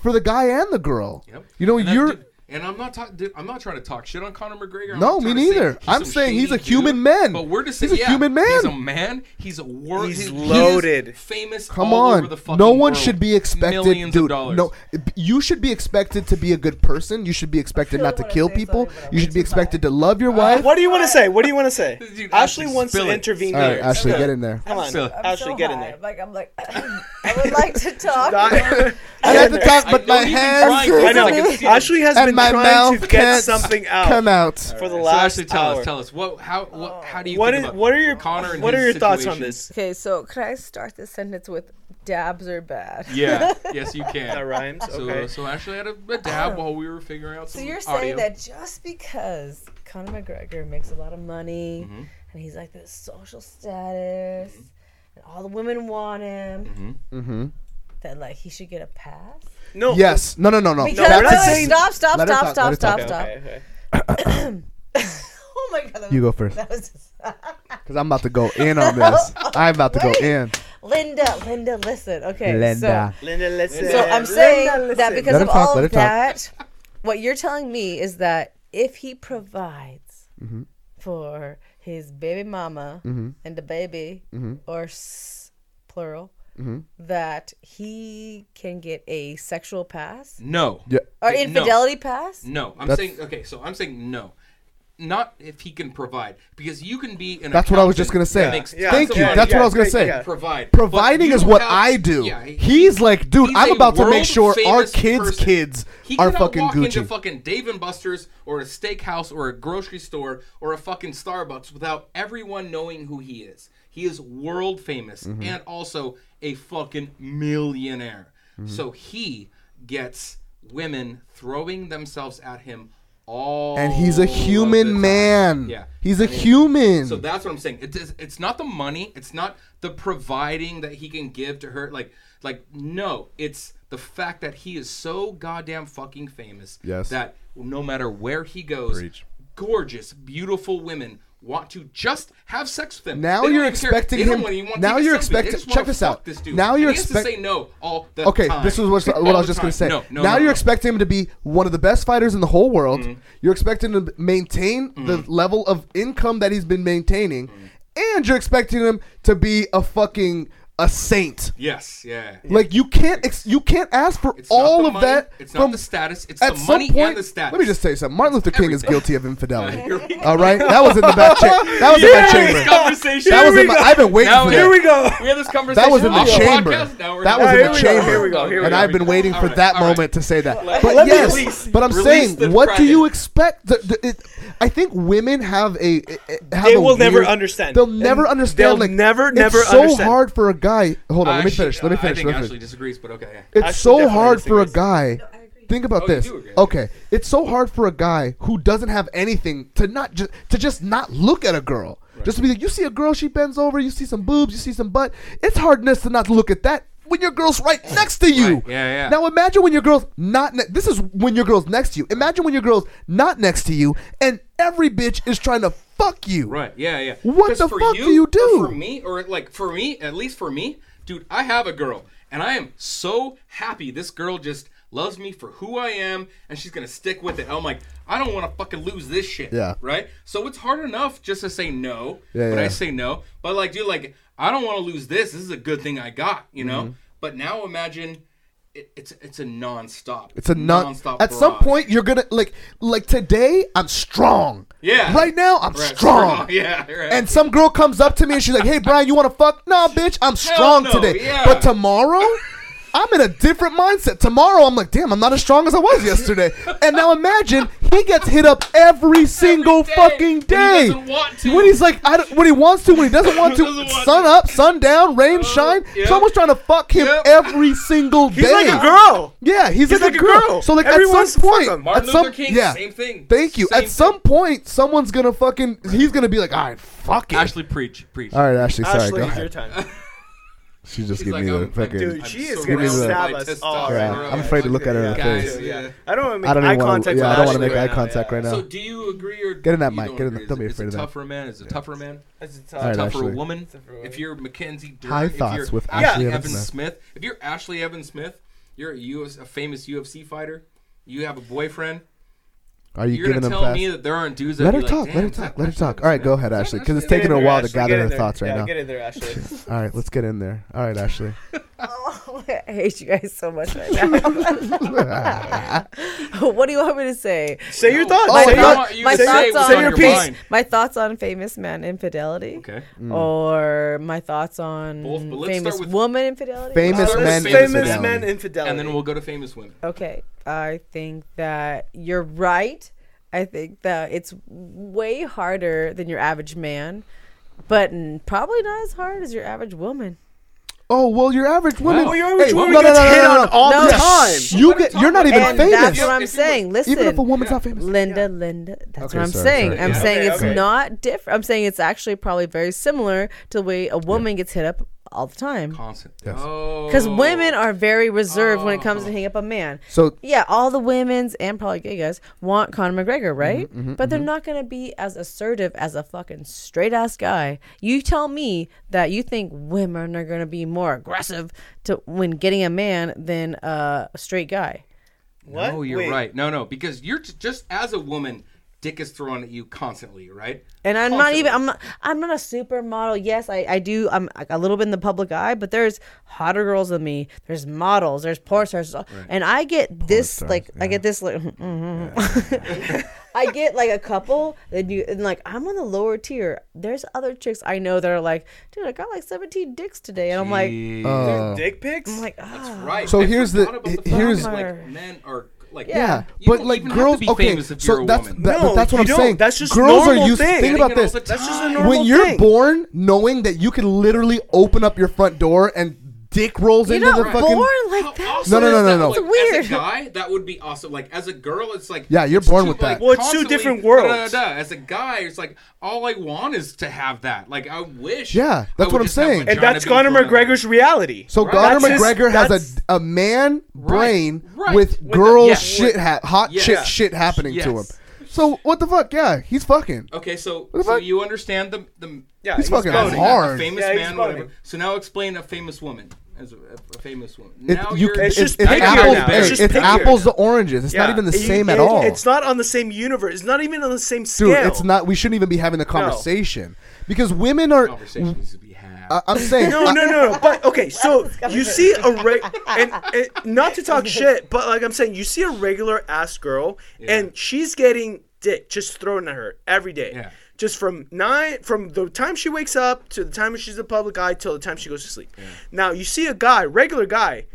Speaker 3: for the guy and the girl,
Speaker 5: Yep.
Speaker 3: you know,
Speaker 5: And that
Speaker 3: you're
Speaker 5: dude- and I'm not talk, dude, I'm not trying to talk shit on Conor McGregor. I'm
Speaker 3: No,
Speaker 5: not
Speaker 3: me
Speaker 5: trying to say
Speaker 3: neither.
Speaker 5: he's
Speaker 3: I'm
Speaker 5: some
Speaker 3: saying he's
Speaker 5: shady
Speaker 3: a human
Speaker 5: dude,
Speaker 3: man.
Speaker 5: But we're just
Speaker 3: He's
Speaker 5: saying,
Speaker 3: a
Speaker 5: yeah,
Speaker 3: human
Speaker 5: He's a
Speaker 3: man.
Speaker 5: man. He's a wor-
Speaker 4: He's
Speaker 5: he- he is
Speaker 4: loaded.
Speaker 5: famous.
Speaker 3: Come
Speaker 5: all
Speaker 3: on,
Speaker 5: Over the fucking
Speaker 3: no one
Speaker 5: world.
Speaker 3: should be expected,
Speaker 5: Millions
Speaker 3: dude.
Speaker 5: Of dollars.
Speaker 3: No, you should be expected to be a good person. You should be expected not to
Speaker 6: wanna
Speaker 3: kill
Speaker 6: say something,
Speaker 3: people.
Speaker 6: but I'm
Speaker 3: You should be expected to love your
Speaker 4: Uh,
Speaker 3: wife.
Speaker 4: What do you want to say? What do you want to say?
Speaker 5: Dude,
Speaker 4: Ashley
Speaker 5: Ashley,
Speaker 4: wants to
Speaker 5: spill it.
Speaker 4: intervene
Speaker 3: All right,
Speaker 4: here.
Speaker 3: Ashley, get in there.
Speaker 4: Come on,
Speaker 5: Spill it.
Speaker 6: I'm
Speaker 4: Ashley,
Speaker 6: so
Speaker 4: get in
Speaker 6: high.
Speaker 4: there.
Speaker 6: Like I'm like I would like to talk.
Speaker 3: I have to talk,
Speaker 5: I
Speaker 3: but
Speaker 5: know
Speaker 3: my
Speaker 5: he's been
Speaker 3: hands
Speaker 5: trying to-
Speaker 4: I know. Ashley has
Speaker 3: and
Speaker 4: been
Speaker 3: my
Speaker 4: trying
Speaker 3: mouth
Speaker 4: to get
Speaker 3: can't
Speaker 4: something out
Speaker 3: come out.
Speaker 4: for the
Speaker 5: So
Speaker 4: last
Speaker 5: Ashley, tell
Speaker 4: hour.
Speaker 5: us, tell us what, how,
Speaker 6: Oh.
Speaker 5: what, how do you?
Speaker 4: What
Speaker 5: think
Speaker 4: is?
Speaker 5: about
Speaker 4: What are your
Speaker 5: Connor? And
Speaker 4: What
Speaker 5: his
Speaker 4: are your thoughts on
Speaker 5: situation?
Speaker 4: this?
Speaker 6: okay, so could I start this sentence with dabs are bad?
Speaker 5: Yeah, yes, you
Speaker 4: That
Speaker 5: can.
Speaker 4: rhymes.
Speaker 5: So,
Speaker 4: Okay.
Speaker 5: so Ashley had a, a dab while we were figuring out
Speaker 6: Oh. So
Speaker 5: some
Speaker 6: you're
Speaker 5: audio.
Speaker 6: saying that just because Conor McGregor makes a lot of money and he's like this social status and all the women want him,
Speaker 3: Mm-hmm.
Speaker 6: that like he should get a pass?
Speaker 4: No.
Speaker 3: Yes. No, no, Oh, no, no.
Speaker 6: Because
Speaker 4: we're not
Speaker 3: That's-
Speaker 4: saying-
Speaker 6: stop, stop,
Speaker 3: Let her
Speaker 6: stop,
Speaker 3: talk,
Speaker 6: stop,
Speaker 3: let her
Speaker 6: stop,
Speaker 3: talk.
Speaker 6: stop.
Speaker 4: Okay, okay.
Speaker 6: Oh my god, that
Speaker 3: You
Speaker 6: was,
Speaker 3: go first.
Speaker 6: that was just-
Speaker 3: Because I'm about to go in on this. I'm about to go in.
Speaker 6: Linda, Linda, listen. Okay, so
Speaker 4: Linda, let's.
Speaker 6: So I'm saying that because
Speaker 3: Let
Speaker 6: of
Speaker 3: her talk,
Speaker 6: all
Speaker 3: let
Speaker 6: of
Speaker 3: her talk.
Speaker 6: that, what you're telling me is that if he provides
Speaker 3: Mm-hmm.
Speaker 6: for his baby mama and the baby,
Speaker 3: Mm-hmm.
Speaker 6: or s- plural, that he can get a sexual pass
Speaker 5: no.
Speaker 3: Yeah.
Speaker 6: or
Speaker 5: Uh, No.
Speaker 6: infidelity pass.
Speaker 5: No, I'm
Speaker 3: That's-
Speaker 5: saying okay. So I'm saying no, not if he can provide, because you can be an.
Speaker 3: That's what I was just gonna
Speaker 5: accountant
Speaker 3: say.
Speaker 4: Yeah,
Speaker 5: that makes tons
Speaker 3: Thank
Speaker 5: of
Speaker 3: you.
Speaker 4: yeah,
Speaker 5: money.
Speaker 3: That's
Speaker 4: yeah,
Speaker 3: what I was gonna
Speaker 4: yeah,
Speaker 3: say.
Speaker 4: yeah.
Speaker 5: Provide.
Speaker 3: Providing
Speaker 5: But
Speaker 3: is
Speaker 5: you
Speaker 3: what
Speaker 5: have-
Speaker 3: I do.
Speaker 5: Yeah, he-
Speaker 3: he's like, dude,
Speaker 5: he's
Speaker 3: I'm
Speaker 5: a
Speaker 3: about to make
Speaker 5: world
Speaker 3: sure our
Speaker 5: famous
Speaker 3: kids'
Speaker 5: person.
Speaker 3: kids
Speaker 5: He
Speaker 3: are
Speaker 5: cannot
Speaker 3: fucking
Speaker 5: walk into
Speaker 3: Gucci.
Speaker 5: fucking Dave and Buster's or a steakhouse or a grocery store or a fucking Starbucks without everyone knowing who he is. He is world famous
Speaker 3: Mm-hmm.
Speaker 5: and also a fucking millionaire.
Speaker 3: Mm-hmm.
Speaker 5: So he gets women throwing themselves at him all
Speaker 3: and he's a
Speaker 5: of the
Speaker 3: human
Speaker 5: time.
Speaker 3: man.
Speaker 5: Yeah.
Speaker 3: He's a human.
Speaker 5: So that's what I'm saying. It is, it's not the money. It's not the providing that he can give to her. Like, like no. It's the fact that he is so goddamn fucking famous.
Speaker 3: Yes.
Speaker 5: That no matter where he goes,
Speaker 3: Preach.
Speaker 5: gorgeous, beautiful women want to just have sex with him.
Speaker 3: Now
Speaker 5: They don't
Speaker 3: you're
Speaker 5: even care.
Speaker 3: expecting
Speaker 5: They don't
Speaker 3: him-
Speaker 5: wanna even wanna
Speaker 3: now
Speaker 5: take a
Speaker 3: you're
Speaker 5: selfie. They
Speaker 3: expect-
Speaker 5: just
Speaker 3: check
Speaker 5: wanna
Speaker 3: this
Speaker 5: fuck
Speaker 3: out.
Speaker 5: This dude.
Speaker 3: Now
Speaker 5: And
Speaker 3: you're
Speaker 5: he has
Speaker 3: expect-
Speaker 5: to say no all the
Speaker 3: Okay,
Speaker 5: time.
Speaker 3: this is what, what
Speaker 5: All
Speaker 3: I was
Speaker 5: the
Speaker 3: just
Speaker 5: time.
Speaker 3: gonna say.
Speaker 5: No,
Speaker 3: now
Speaker 5: no, no,
Speaker 3: you're
Speaker 5: no. Mm-hmm.
Speaker 3: expecting him to be one of the best fighters in the whole world. You're expecting him to maintain the level of income that he's been maintaining,
Speaker 5: Mm-hmm.
Speaker 3: and you're expecting him to be a fucking a saint.
Speaker 5: Yes. Yeah.
Speaker 3: Like you can't ex- you can't ask for
Speaker 5: It's not
Speaker 3: all
Speaker 5: the
Speaker 3: of
Speaker 5: money,
Speaker 3: that.
Speaker 5: it's
Speaker 3: from,
Speaker 5: not the status, it's
Speaker 3: at
Speaker 5: the
Speaker 3: some
Speaker 5: money and
Speaker 3: point,
Speaker 5: the status.
Speaker 3: Let me just tell you something. Martin Luther King is
Speaker 5: everything.
Speaker 3: guilty of infidelity.
Speaker 5: Here we go.
Speaker 3: all right, that was in the back. Cha- that was in my
Speaker 4: Here we
Speaker 3: chamber.
Speaker 4: go.
Speaker 5: Conversation.
Speaker 3: That was in my. I've been waiting
Speaker 5: Now
Speaker 3: for
Speaker 5: it-
Speaker 3: that.
Speaker 4: Here we go.
Speaker 5: We had this conversation.
Speaker 3: That was in the
Speaker 5: on
Speaker 3: chamber.
Speaker 5: podcast. Now we're-
Speaker 3: That was in
Speaker 4: Here
Speaker 3: the
Speaker 4: we go,
Speaker 3: chamber.
Speaker 4: here we go, here we
Speaker 3: and
Speaker 4: go.
Speaker 3: I've been waiting
Speaker 5: All
Speaker 3: for
Speaker 5: right,
Speaker 3: that
Speaker 5: all right.
Speaker 3: moment to say that. But
Speaker 4: let me
Speaker 3: yes,
Speaker 4: release-
Speaker 3: but I'm
Speaker 5: release the
Speaker 3: saying, what do
Speaker 5: Kraken.
Speaker 3: you expect? The, the, it, I think women have a. a- Have
Speaker 4: They
Speaker 3: a
Speaker 4: will never
Speaker 3: weird-
Speaker 4: understand.
Speaker 3: They'll never
Speaker 4: And
Speaker 3: understand.
Speaker 4: they'll
Speaker 3: like,
Speaker 4: never,
Speaker 3: it's
Speaker 4: never
Speaker 3: so
Speaker 4: understand.
Speaker 3: hard for a guy. Hold on, let me
Speaker 5: Actually,
Speaker 3: finish. Let me
Speaker 5: uh,
Speaker 3: finish.
Speaker 5: I
Speaker 3: let
Speaker 5: think
Speaker 3: me finish.
Speaker 5: Ashley disagrees, but okay. yeah.
Speaker 3: It's
Speaker 4: Ashley
Speaker 3: so
Speaker 4: definitely
Speaker 3: hard for a
Speaker 4: disagrees.
Speaker 3: guy. Think about
Speaker 5: Oh, you
Speaker 3: this.
Speaker 5: do agree.
Speaker 3: Okay, it's so hard for a guy who doesn't have anything to not just to just not look at a girl. Just to be like, you see a girl, she bends over, you see some boobs, you see some butt. It's hardness to not look at that when your girl's right next to you.
Speaker 5: Right, yeah, yeah.
Speaker 3: Now imagine when your girl's not. Ne- this is when your girl's next to you. Imagine when your girl's not next to you, and every bitch is trying to fuck you.
Speaker 5: Right. Yeah. Yeah.
Speaker 3: What
Speaker 5: 'Cause
Speaker 3: the
Speaker 5: for
Speaker 3: fuck do you
Speaker 5: or
Speaker 3: do?
Speaker 5: For me, or like for me, at least for me, dude, I have a girl, and I am so happy. This girl just loves me for who I am, and she's gonna stick with it. I'm like, I don't want to fucking lose this shit.
Speaker 3: Yeah.
Speaker 5: Right. So it's hard enough just to say no.
Speaker 3: Yeah,
Speaker 5: But
Speaker 3: yeah.
Speaker 5: I say no. But like, dude, like, I don't want to lose this. This is a good thing I got. You know.
Speaker 3: Mm-hmm.
Speaker 5: But now imagine. It, it's it's a non-stop.
Speaker 3: It's a non.
Speaker 5: nonstop
Speaker 3: At some
Speaker 5: barrage.
Speaker 3: point, you're gonna like like today. I'm strong.
Speaker 5: Yeah.
Speaker 3: Right now, I'm
Speaker 5: Right,
Speaker 3: strong.
Speaker 5: strong. Yeah, right.
Speaker 3: And some girl comes up to me and she's like, "Hey, Brian, you want to fuck? Nah, bitch, I'm strong
Speaker 5: no,
Speaker 3: today.
Speaker 5: yeah.
Speaker 3: But tomorrow." I'm in a different mindset. Tomorrow, I'm like, damn, I'm not as strong as I was yesterday. And now imagine he gets hit up every single
Speaker 5: day,
Speaker 3: fucking
Speaker 5: when he
Speaker 3: day.
Speaker 5: doesn't want to.
Speaker 3: When he's like, I don't, when he wants to, when he doesn't want to,
Speaker 5: Doesn't want
Speaker 3: sun
Speaker 5: to.
Speaker 3: up, sun down, rain, shine.
Speaker 5: yeah.
Speaker 3: Someone's trying to fuck him
Speaker 5: Yep.
Speaker 3: every single day.
Speaker 4: He's like a girl.
Speaker 3: Yeah, he's, like, a girl. So like
Speaker 4: Everyone
Speaker 3: at
Speaker 4: wants
Speaker 3: some
Speaker 4: to fuck
Speaker 3: point,
Speaker 4: him.
Speaker 5: Martin
Speaker 3: at some,
Speaker 5: Luther King,
Speaker 3: yeah.
Speaker 5: same thing.
Speaker 3: Thank you.
Speaker 5: Same
Speaker 3: at some point, someone's gonna fucking. He's gonna be like, all right, fuck it.
Speaker 5: Ashley, preach, preach.
Speaker 3: all right, Ashley. Sorry,
Speaker 4: Ashley,
Speaker 3: go
Speaker 4: it's your
Speaker 3: ahead.
Speaker 4: time.
Speaker 3: She just
Speaker 5: She's
Speaker 3: gave
Speaker 5: like,
Speaker 3: me the
Speaker 5: I'm-
Speaker 3: fucking.
Speaker 5: I'm-
Speaker 4: Dude,
Speaker 5: I'm
Speaker 4: she is
Speaker 5: so
Speaker 4: gonna
Speaker 5: surrounded
Speaker 4: stab
Speaker 5: by
Speaker 4: us
Speaker 5: testosterone.
Speaker 4: all right
Speaker 3: Yeah, now. I'm afraid to look at her in the
Speaker 5: Guys,
Speaker 3: face.
Speaker 5: yeah.
Speaker 4: I don't want to make
Speaker 3: I don't
Speaker 4: eye
Speaker 3: even want to.
Speaker 4: contact
Speaker 3: Yeah, I
Speaker 4: with
Speaker 3: don't want to
Speaker 4: Ashley
Speaker 3: make eye
Speaker 4: right now.
Speaker 3: contact right now.
Speaker 5: So do you agree or
Speaker 3: Get in that
Speaker 5: you
Speaker 3: mic,
Speaker 5: don't
Speaker 3: get in that-
Speaker 5: agree?
Speaker 3: don't be
Speaker 5: Is it-
Speaker 3: afraid
Speaker 5: is
Speaker 3: of
Speaker 5: it
Speaker 3: that.
Speaker 5: Tougher man is a tougher man.
Speaker 4: That's a tough-
Speaker 3: All right,
Speaker 5: tougher
Speaker 3: Ashley.
Speaker 5: woman.
Speaker 4: Tougher woman.
Speaker 5: If you're Mackenzie Dern,
Speaker 3: High
Speaker 5: if
Speaker 3: thoughts
Speaker 5: you're
Speaker 3: with
Speaker 5: Ashley
Speaker 3: Ashley Evans
Speaker 5: Evans
Speaker 3: Smith.
Speaker 5: Smith. if you're Ashley Evans Smith, you're a, US, a famous UFC fighter. You have a boyfriend.
Speaker 3: Are you
Speaker 5: You're
Speaker 3: giving
Speaker 5: gonna
Speaker 3: them
Speaker 5: tell
Speaker 3: fast?
Speaker 5: me that there aren't dudes that
Speaker 3: Let
Speaker 5: be
Speaker 3: her
Speaker 5: like,
Speaker 3: talk. Let
Speaker 5: "Damn,
Speaker 3: her
Speaker 5: is
Speaker 3: talk.
Speaker 5: that
Speaker 3: Let her
Speaker 5: Ashley
Speaker 3: talk.
Speaker 5: Evans
Speaker 3: All right,
Speaker 5: Smith?"
Speaker 3: go ahead, Ashley, because it's taking a
Speaker 4: Get in there,
Speaker 3: while to
Speaker 4: Ashley, get
Speaker 3: gather
Speaker 4: in
Speaker 3: her
Speaker 4: there.
Speaker 3: thoughts
Speaker 4: Yeah,
Speaker 3: right now.
Speaker 4: Get in there, Ashley.
Speaker 3: All right, let's get in there. All right, Ashley.
Speaker 6: Oh, I hate you guys so much right now. what do you want me to say?
Speaker 4: Say your thoughts.
Speaker 6: my
Speaker 4: say
Speaker 5: I
Speaker 4: your-
Speaker 6: thought-
Speaker 5: want Oh, you
Speaker 6: my
Speaker 5: to say
Speaker 6: thoughts
Speaker 5: what's
Speaker 6: on
Speaker 5: on your
Speaker 4: piece.
Speaker 5: mind.
Speaker 6: my thoughts on famous man infidelity,
Speaker 5: Okay.
Speaker 3: Mm.
Speaker 6: or my thoughts on
Speaker 5: Both, but let's
Speaker 6: famous
Speaker 5: start with-
Speaker 6: woman infidelity.
Speaker 3: Famous
Speaker 5: Sorry,
Speaker 3: man.
Speaker 5: famous
Speaker 3: infidelity.
Speaker 4: Famous man infidelity.
Speaker 5: And then we'll go to famous women.
Speaker 6: Okay, I think that you're right. I think that it's way harder than your average man, but n- probably not as hard as your average woman.
Speaker 3: Oh well, your average woman.
Speaker 4: Well, your average
Speaker 3: Hey,
Speaker 4: woman
Speaker 3: no, no,
Speaker 4: gets
Speaker 3: no, no,
Speaker 4: hit
Speaker 3: no,
Speaker 4: on
Speaker 3: no.
Speaker 4: all
Speaker 6: No.
Speaker 4: the
Speaker 6: Yes.
Speaker 4: time.
Speaker 3: You get. You're not even
Speaker 6: and
Speaker 3: famous.
Speaker 6: that's what I'm
Speaker 5: If you-
Speaker 6: saying. Listen,
Speaker 3: Even if a woman's not famous.
Speaker 6: Linda, Linda. That's
Speaker 3: Okay,
Speaker 6: what I'm
Speaker 3: sorry,
Speaker 6: saying.
Speaker 3: sorry.
Speaker 6: I'm
Speaker 5: Yeah.
Speaker 6: saying
Speaker 4: Okay,
Speaker 6: it's
Speaker 4: okay.
Speaker 6: not different. I'm saying it's actually probably very similar to the way a woman gets hit up all the time.
Speaker 5: Constant.
Speaker 3: Yes.
Speaker 5: Oh,
Speaker 6: Because women are very reserved when it comes to hang up a man.
Speaker 3: So
Speaker 6: Yeah, all the women's and probably gay guys want Conor McGregor, right? but they're not going to be as assertive as a fucking straight ass guy. You tell me that you think women are going to be more aggressive to when getting a man than uh, a straight guy.
Speaker 4: What?
Speaker 5: No, you're
Speaker 4: Wait.
Speaker 5: right. No, no, because you're t- just as a woman, dick is thrown at you constantly, right?
Speaker 6: And I'm not
Speaker 5: Constantly.
Speaker 6: even I'm not I'm not a supermodel. Yes, I, I do I'm like, a little bit in the public eye, but there's hotter girls than me. There's models, there's porn stars, and I get this like I get this like I get like a couple that you and like I'm on the lower tier. There's other chicks I know that are like, dude, I got like 17 dicks today, and I'm like,
Speaker 3: uh,
Speaker 4: Dick pics?
Speaker 6: I'm like, ah,
Speaker 5: Right.
Speaker 3: So
Speaker 5: I
Speaker 3: here's the-
Speaker 5: forgot about
Speaker 3: he- here's-
Speaker 5: fact that, like men are like
Speaker 3: Yeah,
Speaker 5: You
Speaker 3: but
Speaker 5: don't
Speaker 3: like
Speaker 5: even have to
Speaker 3: girls,
Speaker 5: be
Speaker 3: okay.
Speaker 5: famous if
Speaker 3: So
Speaker 5: you're a
Speaker 3: that's
Speaker 5: woman.
Speaker 3: that, but
Speaker 4: No,
Speaker 3: that's what
Speaker 4: you
Speaker 3: I'm
Speaker 4: don't.
Speaker 3: saying.
Speaker 4: That's just
Speaker 3: girls are
Speaker 4: normal
Speaker 3: used.
Speaker 4: thing.
Speaker 3: Think
Speaker 4: They
Speaker 5: Thinking
Speaker 3: about
Speaker 5: all
Speaker 3: this.
Speaker 5: the
Speaker 4: That's just a
Speaker 5: time.
Speaker 4: normal
Speaker 3: when you're
Speaker 4: thing.
Speaker 3: born knowing that you can literally open up your front door and dick rolls
Speaker 6: you're
Speaker 3: into
Speaker 6: not
Speaker 3: the fucking
Speaker 6: born
Speaker 5: How
Speaker 6: like that.
Speaker 5: awesome
Speaker 3: No, no,
Speaker 5: is
Speaker 3: no, no,
Speaker 5: that?
Speaker 3: no.
Speaker 5: Like,
Speaker 6: It's
Speaker 5: As
Speaker 6: weird.
Speaker 5: a guy, that would be awesome. Like as a girl, it's like
Speaker 3: Yeah, you're
Speaker 5: it's
Speaker 3: born
Speaker 5: too,
Speaker 3: with that.
Speaker 5: like,
Speaker 4: Well, it's two
Speaker 5: constantly-
Speaker 4: different worlds.
Speaker 5: da, da, da, da. As a guy, it's like all I want is to have that. Like I wish.
Speaker 3: Yeah,
Speaker 5: I
Speaker 3: that's
Speaker 5: would
Speaker 3: what I'm
Speaker 5: just have
Speaker 3: saying.
Speaker 5: vagina
Speaker 4: And that's
Speaker 5: be
Speaker 4: Conor
Speaker 5: thrown at me.
Speaker 4: McGregor's reality.
Speaker 3: So
Speaker 5: Right.
Speaker 3: Conor
Speaker 4: That's his-
Speaker 3: McGregor
Speaker 4: that's-
Speaker 3: has a a man brain
Speaker 5: right.
Speaker 3: with
Speaker 5: With the-
Speaker 3: girl
Speaker 5: yeah.
Speaker 3: shit ha- hot
Speaker 5: Yes.
Speaker 3: chick shit happening to him.
Speaker 5: Yes.
Speaker 3: So what the fuck? Yeah, he's fucking.
Speaker 5: Okay, so
Speaker 3: the
Speaker 5: so
Speaker 3: fuck?
Speaker 5: you understand the the
Speaker 4: Yeah,
Speaker 3: He's fucking
Speaker 5: That's
Speaker 4: goaded.
Speaker 3: hard.
Speaker 5: A famous
Speaker 4: Yeah, he's
Speaker 5: man,
Speaker 4: voting.
Speaker 5: whatever. So now explain a famous woman as a, a famous woman.
Speaker 3: It,
Speaker 5: Now
Speaker 3: you,
Speaker 5: you, are
Speaker 3: it's it's,
Speaker 4: It's just
Speaker 3: it's
Speaker 4: pickier
Speaker 3: apples.
Speaker 4: now.
Speaker 3: hey,
Speaker 4: It's
Speaker 3: It's,
Speaker 4: just pickier.
Speaker 3: apples to oranges. It's not
Speaker 4: Yeah.
Speaker 3: even the
Speaker 4: It-
Speaker 3: same at
Speaker 4: it-
Speaker 3: all.
Speaker 4: It's not on the same universe. It's not even on the same scale.
Speaker 3: Dude, it's not. We shouldn't even be having the conversation because women are.
Speaker 5: conversation needs to be had.
Speaker 3: I- I'm saying
Speaker 4: No,
Speaker 3: I-
Speaker 4: no, no, no. But okay, so you see a re- and, and not to talk shit, but like I'm saying, you see a regular ass girl, and she's getting dick just thrown at her every day.
Speaker 5: Yeah.
Speaker 4: Just from nine, from the time she wakes up to the time she's in the public eye till the time she goes to sleep. Now you see a guy, regular guy,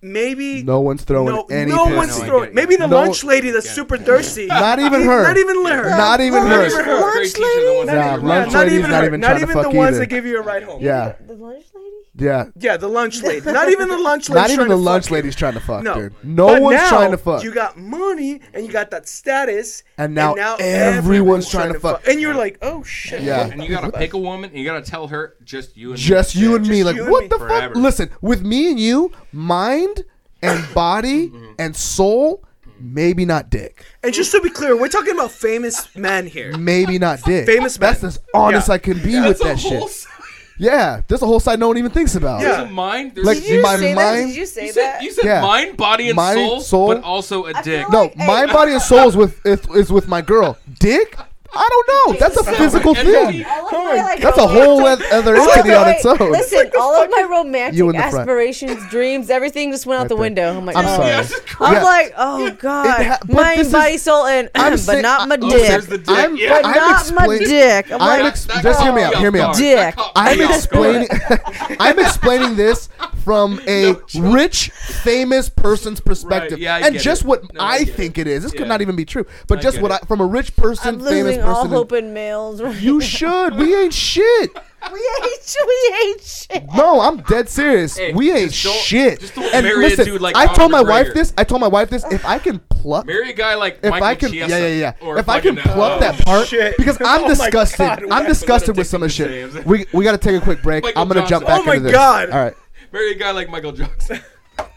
Speaker 4: maybe
Speaker 3: No one's throwing
Speaker 4: no,
Speaker 3: any
Speaker 4: no
Speaker 3: piss.
Speaker 4: one's
Speaker 5: Uh-huh. No, I
Speaker 4: throwing.
Speaker 5: get it.
Speaker 4: Maybe the
Speaker 3: No-
Speaker 4: lunch lady that's super thirsty.
Speaker 3: Not even her.
Speaker 4: Not even her.
Speaker 3: Not even
Speaker 5: Not
Speaker 3: her.
Speaker 5: even
Speaker 4: her.
Speaker 5: Great teacher, the one that
Speaker 3: Nah,
Speaker 5: you
Speaker 3: lunch
Speaker 5: run
Speaker 3: lady's
Speaker 5: on.
Speaker 3: not even trying to
Speaker 4: the
Speaker 3: fuck
Speaker 4: ones
Speaker 3: either.
Speaker 4: that give you a ride home.
Speaker 3: Yeah.
Speaker 6: The lunch lady?
Speaker 3: Yeah.
Speaker 4: Yeah, the lunch lady. Not even the lunch lady.
Speaker 3: Not even the lunch lady's trying to fuck,
Speaker 4: No,
Speaker 3: dude. No
Speaker 4: But
Speaker 3: one's
Speaker 4: now,
Speaker 3: trying to fuck.
Speaker 4: You got money and you got that status,
Speaker 3: And now everyone's trying to fuck.
Speaker 4: And you're like, oh shit.
Speaker 3: yeah.
Speaker 5: And you gotta pick a woman and you gotta tell her just you and
Speaker 3: just you and me.
Speaker 4: just
Speaker 3: Like,
Speaker 4: you and
Speaker 3: what
Speaker 4: me.
Speaker 3: the
Speaker 5: Forever.
Speaker 3: fuck? Listen, with me and you, mind and body
Speaker 4: Mm-hmm.
Speaker 3: and soul, maybe not dick.
Speaker 4: And just to be clear, we're talking about famous men here.
Speaker 3: Maybe not dick.
Speaker 4: Famous
Speaker 3: That's
Speaker 4: men.
Speaker 3: as honest
Speaker 4: Yeah.
Speaker 3: I can be
Speaker 5: That's
Speaker 3: with that
Speaker 5: a whole
Speaker 3: shit.
Speaker 5: side.
Speaker 3: Yeah, there's a whole side no one even thinks about.
Speaker 5: There's
Speaker 4: Yeah.
Speaker 5: a mind. There's
Speaker 3: Like,
Speaker 6: Did you
Speaker 3: my
Speaker 6: say that?
Speaker 3: mind-
Speaker 6: Did you say
Speaker 5: you said,
Speaker 6: that?
Speaker 5: you said
Speaker 3: Yeah.
Speaker 5: mind, body, and
Speaker 3: Mind,
Speaker 5: soul,
Speaker 3: soul.
Speaker 5: but also a
Speaker 6: feel
Speaker 5: dick.
Speaker 6: like-
Speaker 3: No, my body and soul is with is, is with my girl. Dick? I don't know. That's a physical
Speaker 5: And then
Speaker 3: thing.
Speaker 5: he-
Speaker 6: All of my, like,
Speaker 3: Oh That's a whole
Speaker 6: romantic-
Speaker 3: oth- other
Speaker 6: All of
Speaker 3: entity
Speaker 6: my-
Speaker 3: on its own.
Speaker 6: Listen, all of my romantic
Speaker 3: You in the front.
Speaker 6: aspirations, dreams, everything just went out the
Speaker 3: there.
Speaker 6: window. I'm like,
Speaker 3: I'm
Speaker 6: oh.
Speaker 3: sorry.
Speaker 5: Yeah, it's
Speaker 6: I'm
Speaker 3: Yeah.
Speaker 6: like, oh god,
Speaker 3: ha- but this
Speaker 6: mind,
Speaker 3: is-
Speaker 6: body, soul, and
Speaker 3: I'm
Speaker 6: but
Speaker 3: saying-
Speaker 6: not my
Speaker 3: oh,
Speaker 5: there's
Speaker 6: dick.
Speaker 5: the dick.
Speaker 3: I'm,
Speaker 5: yeah.
Speaker 6: But
Speaker 3: I'm
Speaker 6: not my
Speaker 3: explain-
Speaker 6: dick. I'm
Speaker 3: I'm
Speaker 6: like,
Speaker 3: ex- just hear me out. Hear me out.
Speaker 6: Dick.
Speaker 3: I'm explaining. I'm explaining this from a rich, famous person's perspective,
Speaker 5: yeah, I
Speaker 3: and
Speaker 5: get
Speaker 3: just
Speaker 5: it.
Speaker 3: what
Speaker 5: No, I
Speaker 3: I
Speaker 5: get
Speaker 3: think
Speaker 5: it.
Speaker 3: it is. This could
Speaker 5: Yeah.
Speaker 3: not even be true, but
Speaker 5: I
Speaker 3: just
Speaker 5: get
Speaker 3: what
Speaker 5: it.
Speaker 3: I, from a rich person,
Speaker 6: I'm
Speaker 3: famous
Speaker 6: losing
Speaker 3: person.
Speaker 6: all
Speaker 3: and-
Speaker 6: hope in males. Right
Speaker 3: you
Speaker 6: now.
Speaker 3: should. We ain't shit.
Speaker 6: we ain't, we ain't shit.
Speaker 3: No, I'm dead serious.
Speaker 5: Hey,
Speaker 3: we ain't
Speaker 5: just don't-
Speaker 3: shit.
Speaker 5: just don't
Speaker 3: and
Speaker 5: marry a
Speaker 3: listen,
Speaker 5: dude like
Speaker 3: I told
Speaker 5: Conor
Speaker 3: my wife
Speaker 5: McGregor.
Speaker 3: this. I told my wife this. If I can pluck
Speaker 5: Marry a guy like
Speaker 3: if
Speaker 5: Michael
Speaker 3: I can, yeah,
Speaker 5: Chiesa
Speaker 3: yeah, yeah.
Speaker 5: or
Speaker 3: If I can
Speaker 5: fucking,
Speaker 3: pluck
Speaker 5: uh,
Speaker 3: that part,
Speaker 4: shit.
Speaker 3: because I'm
Speaker 4: Oh my
Speaker 3: disgusted.
Speaker 4: God,
Speaker 3: I'm
Speaker 4: Wes,
Speaker 3: disgusted with
Speaker 5: what
Speaker 3: some
Speaker 5: a
Speaker 3: of
Speaker 5: dick
Speaker 3: shit.
Speaker 5: to say.
Speaker 3: We we got to take a quick break.
Speaker 5: Michael
Speaker 3: I'm gonna
Speaker 5: Johnson.
Speaker 3: jump back
Speaker 4: Oh my
Speaker 3: into this.
Speaker 4: God.
Speaker 3: All right,
Speaker 5: Marry a guy like Michael Jackson.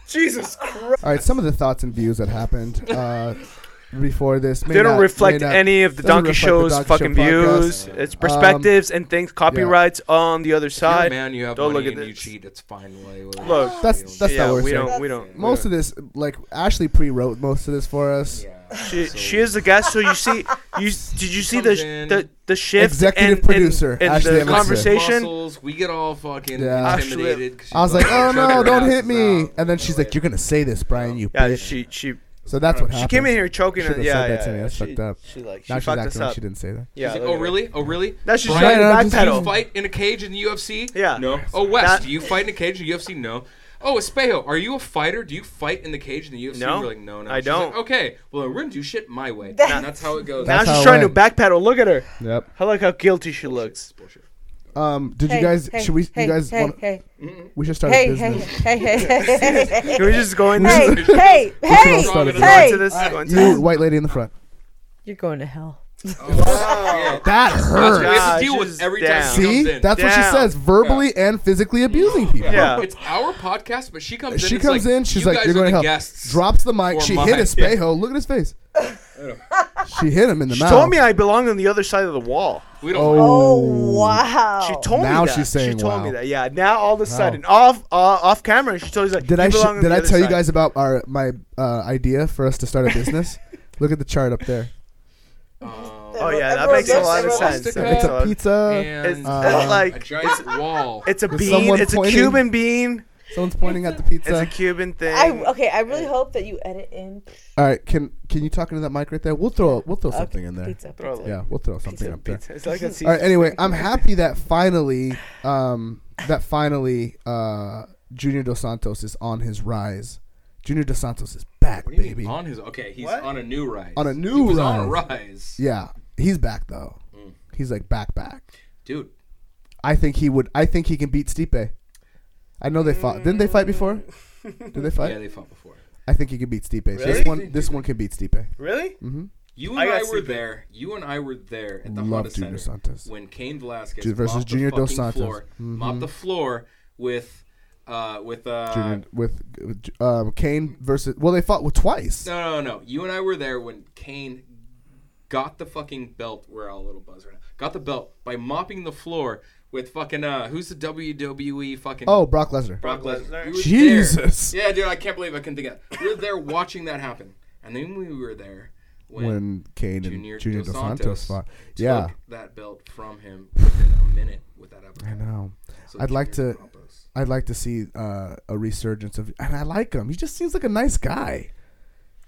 Speaker 4: Jesus Christ.
Speaker 3: all right. Some of the thoughts and views that happened. Uh, Before this, may
Speaker 4: They don't
Speaker 3: not-
Speaker 4: reflect
Speaker 3: may not-
Speaker 4: any of the
Speaker 3: doesn't
Speaker 4: donkey
Speaker 3: reflect the
Speaker 4: show's
Speaker 3: Donkey Show
Speaker 4: fucking
Speaker 3: podcast. Um,
Speaker 4: views, its perspectives and things, copyrights on the other
Speaker 5: You're a
Speaker 4: side.
Speaker 5: man, you have
Speaker 4: don't
Speaker 5: money
Speaker 4: look at
Speaker 5: and you
Speaker 4: this.
Speaker 5: cheat. It's fine. Like,
Speaker 4: Look,
Speaker 3: That's that's not
Speaker 4: yeah,
Speaker 3: what we're
Speaker 4: we
Speaker 3: saying.
Speaker 4: don't, we don't.
Speaker 3: Most of this, like Ashley pre-wrote most of this for us.
Speaker 4: She, she is the guest, so you see, you did you see the
Speaker 5: Comes in.
Speaker 4: the, the shift
Speaker 3: Executive
Speaker 4: and- and-
Speaker 3: producer,
Speaker 4: and,
Speaker 3: Ashley
Speaker 4: the
Speaker 3: Emerson.
Speaker 4: conversation? Ah,
Speaker 5: Muscles, we get all fucking
Speaker 3: Yeah.
Speaker 5: intimidated. 'cause she's
Speaker 3: I was like, "Oh
Speaker 5: "Shut
Speaker 3: no,
Speaker 5: your
Speaker 3: don't
Speaker 5: asses
Speaker 3: hit me!"
Speaker 5: out."
Speaker 3: And then she's like, "You're gonna say this, Brian, you
Speaker 4: Yeah,
Speaker 3: bitch."
Speaker 4: she she
Speaker 3: So that's what
Speaker 4: she
Speaker 3: happened.
Speaker 4: came in here choking.
Speaker 3: Should've
Speaker 4: and- Yeah,
Speaker 3: said
Speaker 4: yeah,
Speaker 3: that to me.
Speaker 4: yeah,
Speaker 3: That's
Speaker 4: she-
Speaker 3: fucked up.
Speaker 4: She like she
Speaker 3: Now she's
Speaker 4: fucked us
Speaker 3: acting like
Speaker 4: up.
Speaker 3: she didn't say that.
Speaker 4: Yeah,
Speaker 5: She's like,
Speaker 4: look
Speaker 5: oh
Speaker 4: at her.
Speaker 5: really? Oh really?
Speaker 4: Now she's
Speaker 5: Brian,
Speaker 4: trying to
Speaker 3: Right, I'm just-
Speaker 5: Do you
Speaker 4: backpedal.
Speaker 5: fight in a cage in the UFC?
Speaker 4: Yeah.
Speaker 5: No. Oh, West,
Speaker 4: That-
Speaker 5: do you fight in a cage in the UFC? No. Oh, Espejo, are you a fighter? Do you fight in the cage in the UFC?
Speaker 4: No.
Speaker 5: We're like, no, no.
Speaker 4: I
Speaker 5: She's like,
Speaker 4: don't.
Speaker 5: okay, well, we're gonna do shit my way.
Speaker 6: That's-
Speaker 5: and that's how it goes.
Speaker 4: Now
Speaker 3: That's how
Speaker 4: she's
Speaker 3: it
Speaker 4: trying to
Speaker 3: went.
Speaker 4: backpedal. Look at her.
Speaker 3: Yep.
Speaker 4: I like how guilty she looks.
Speaker 3: Um, did
Speaker 6: Hey,
Speaker 3: you guys?
Speaker 6: hey,
Speaker 3: should we?
Speaker 6: Hey,
Speaker 3: you guys?
Speaker 6: Hey,
Speaker 3: wanna,
Speaker 6: hey,
Speaker 3: We should start a
Speaker 6: hey, hey,
Speaker 3: business.
Speaker 6: hey, hey, hey,
Speaker 4: Can we just go into
Speaker 6: hey,
Speaker 4: this?
Speaker 6: hey, hey,
Speaker 3: start a
Speaker 4: Go into
Speaker 6: hey.
Speaker 4: this? Go into
Speaker 3: You
Speaker 4: this?
Speaker 3: white lady in the front.
Speaker 6: You're going to hell.
Speaker 3: That
Speaker 5: That's what we
Speaker 3: hurt.
Speaker 5: have
Speaker 4: Ah,
Speaker 5: to deal
Speaker 4: she's
Speaker 5: with every
Speaker 4: down.
Speaker 5: time she comes
Speaker 3: See,
Speaker 5: in.
Speaker 3: that's what she
Speaker 4: Down.
Speaker 3: says. Verbally and physically abusing people.
Speaker 4: Yeah.
Speaker 5: it's our podcast, but she comes in.
Speaker 3: She
Speaker 5: it's
Speaker 3: comes
Speaker 5: like,
Speaker 3: in. She's
Speaker 5: you
Speaker 3: like,
Speaker 5: guys
Speaker 3: "You're
Speaker 5: are
Speaker 3: going to
Speaker 5: the
Speaker 3: help."
Speaker 5: Guests.
Speaker 3: Drops the mic.
Speaker 5: Or
Speaker 3: She hit
Speaker 5: mine.
Speaker 3: Espejo. Look at his face. she hit him in the
Speaker 4: She
Speaker 3: mouth.
Speaker 4: told me I belong on the other side of the wall.
Speaker 5: We don't.
Speaker 6: Oh
Speaker 3: Oh.
Speaker 6: wow.
Speaker 4: She told
Speaker 3: Now
Speaker 4: me that.
Speaker 3: she's saying
Speaker 4: she told
Speaker 3: wow.
Speaker 4: me that. Yeah. Now all of a sudden, off uh, off camera, she told me like,
Speaker 3: Did
Speaker 4: you
Speaker 3: I sh-
Speaker 4: belong on
Speaker 3: did
Speaker 4: the
Speaker 3: I
Speaker 4: other
Speaker 3: tell you
Speaker 4: side.
Speaker 3: guys about our my uh, idea for us to start a business? Look at the chart up there.
Speaker 4: Oh yeah, that
Speaker 6: Everyone
Speaker 4: makes a
Speaker 6: looks-
Speaker 4: lot of
Speaker 6: everyone
Speaker 4: sense.
Speaker 5: looks
Speaker 4: That
Speaker 5: at
Speaker 3: It's
Speaker 4: makes
Speaker 5: her.
Speaker 4: a
Speaker 3: a
Speaker 4: lot-
Speaker 3: pizza.
Speaker 5: And um,
Speaker 4: It's
Speaker 3: Uh,
Speaker 4: it's
Speaker 5: a
Speaker 4: like
Speaker 5: giant wall.
Speaker 4: it's a bean.
Speaker 3: someone
Speaker 4: It's a
Speaker 3: pointing.
Speaker 4: Cuban bean.
Speaker 3: Someone's pointing at the pizza.
Speaker 4: It's a Cuban thing.
Speaker 6: I okay. I really hope that you edit in
Speaker 3: All right, can can you talk into that mic right there? We'll throw we'll throw something in there.
Speaker 6: pizza.
Speaker 4: Throw it.
Speaker 3: Yeah, we'll throw something up there.
Speaker 4: Pizza. It's like a
Speaker 3: All right. Anyway, I'm happy that finally, um, that finally, uh, Junior Dos Santos is on his rise. Junior Dos Santos is back,
Speaker 5: What do you mean
Speaker 3: baby.
Speaker 5: On his okay, he's on a new rise.
Speaker 3: On a
Speaker 5: he
Speaker 3: new
Speaker 5: was on a
Speaker 3: rise.
Speaker 5: rise,
Speaker 3: Yeah, he's back though.
Speaker 5: Mm.
Speaker 3: He's like back, back.
Speaker 5: dude.
Speaker 3: I think he would. I think he can beat Stipe. I know they fought. Didn't they fight before? Did they fight?
Speaker 5: Yeah, they fought before.
Speaker 3: I think he can beat Stipe. This
Speaker 4: Really?
Speaker 3: one, this one can beat Stipe.
Speaker 4: Really?
Speaker 3: Mm-hmm.
Speaker 5: You and
Speaker 4: I
Speaker 5: I,
Speaker 4: got
Speaker 5: were
Speaker 4: Stipe.
Speaker 5: there. You and I were there at the
Speaker 3: Love
Speaker 5: Honda
Speaker 3: Junior
Speaker 5: Center
Speaker 3: Santos.
Speaker 5: when Kane Velasquez
Speaker 3: Ju- versus
Speaker 5: mopped the
Speaker 3: Junior Dos
Speaker 5: fucking
Speaker 3: Santos. Mm-hmm.
Speaker 5: floor, mopped the floor with, uh, with uh,
Speaker 3: Junior with um, Kane versus. Well, they fought with twice.
Speaker 5: No, no, no. You and I were there when Kane got the fucking belt. We're all a little buzzed right now. Got the belt by mopping the floor with fucking uh, who's the WWE fucking
Speaker 3: Oh, Brock Lesnar.
Speaker 5: Brock Lesnar. We were
Speaker 3: Jesus.
Speaker 5: there. Yeah, dude, I can't believe I couldn't think of. That. We were there watching that happen, and then we were there when,
Speaker 3: when Kane
Speaker 5: Junior,
Speaker 3: and Junior
Speaker 5: Dos
Speaker 3: Dos
Speaker 5: Santos
Speaker 3: Santos fought.
Speaker 5: took
Speaker 3: Yeah,
Speaker 5: that belt from him within a minute with that uppercut.
Speaker 3: I know.
Speaker 5: So
Speaker 3: I'd like
Speaker 5: Junior
Speaker 3: to.
Speaker 5: Santos.
Speaker 3: I'd like to see uh, a resurgence of, and I like him. He just seems like a nice guy.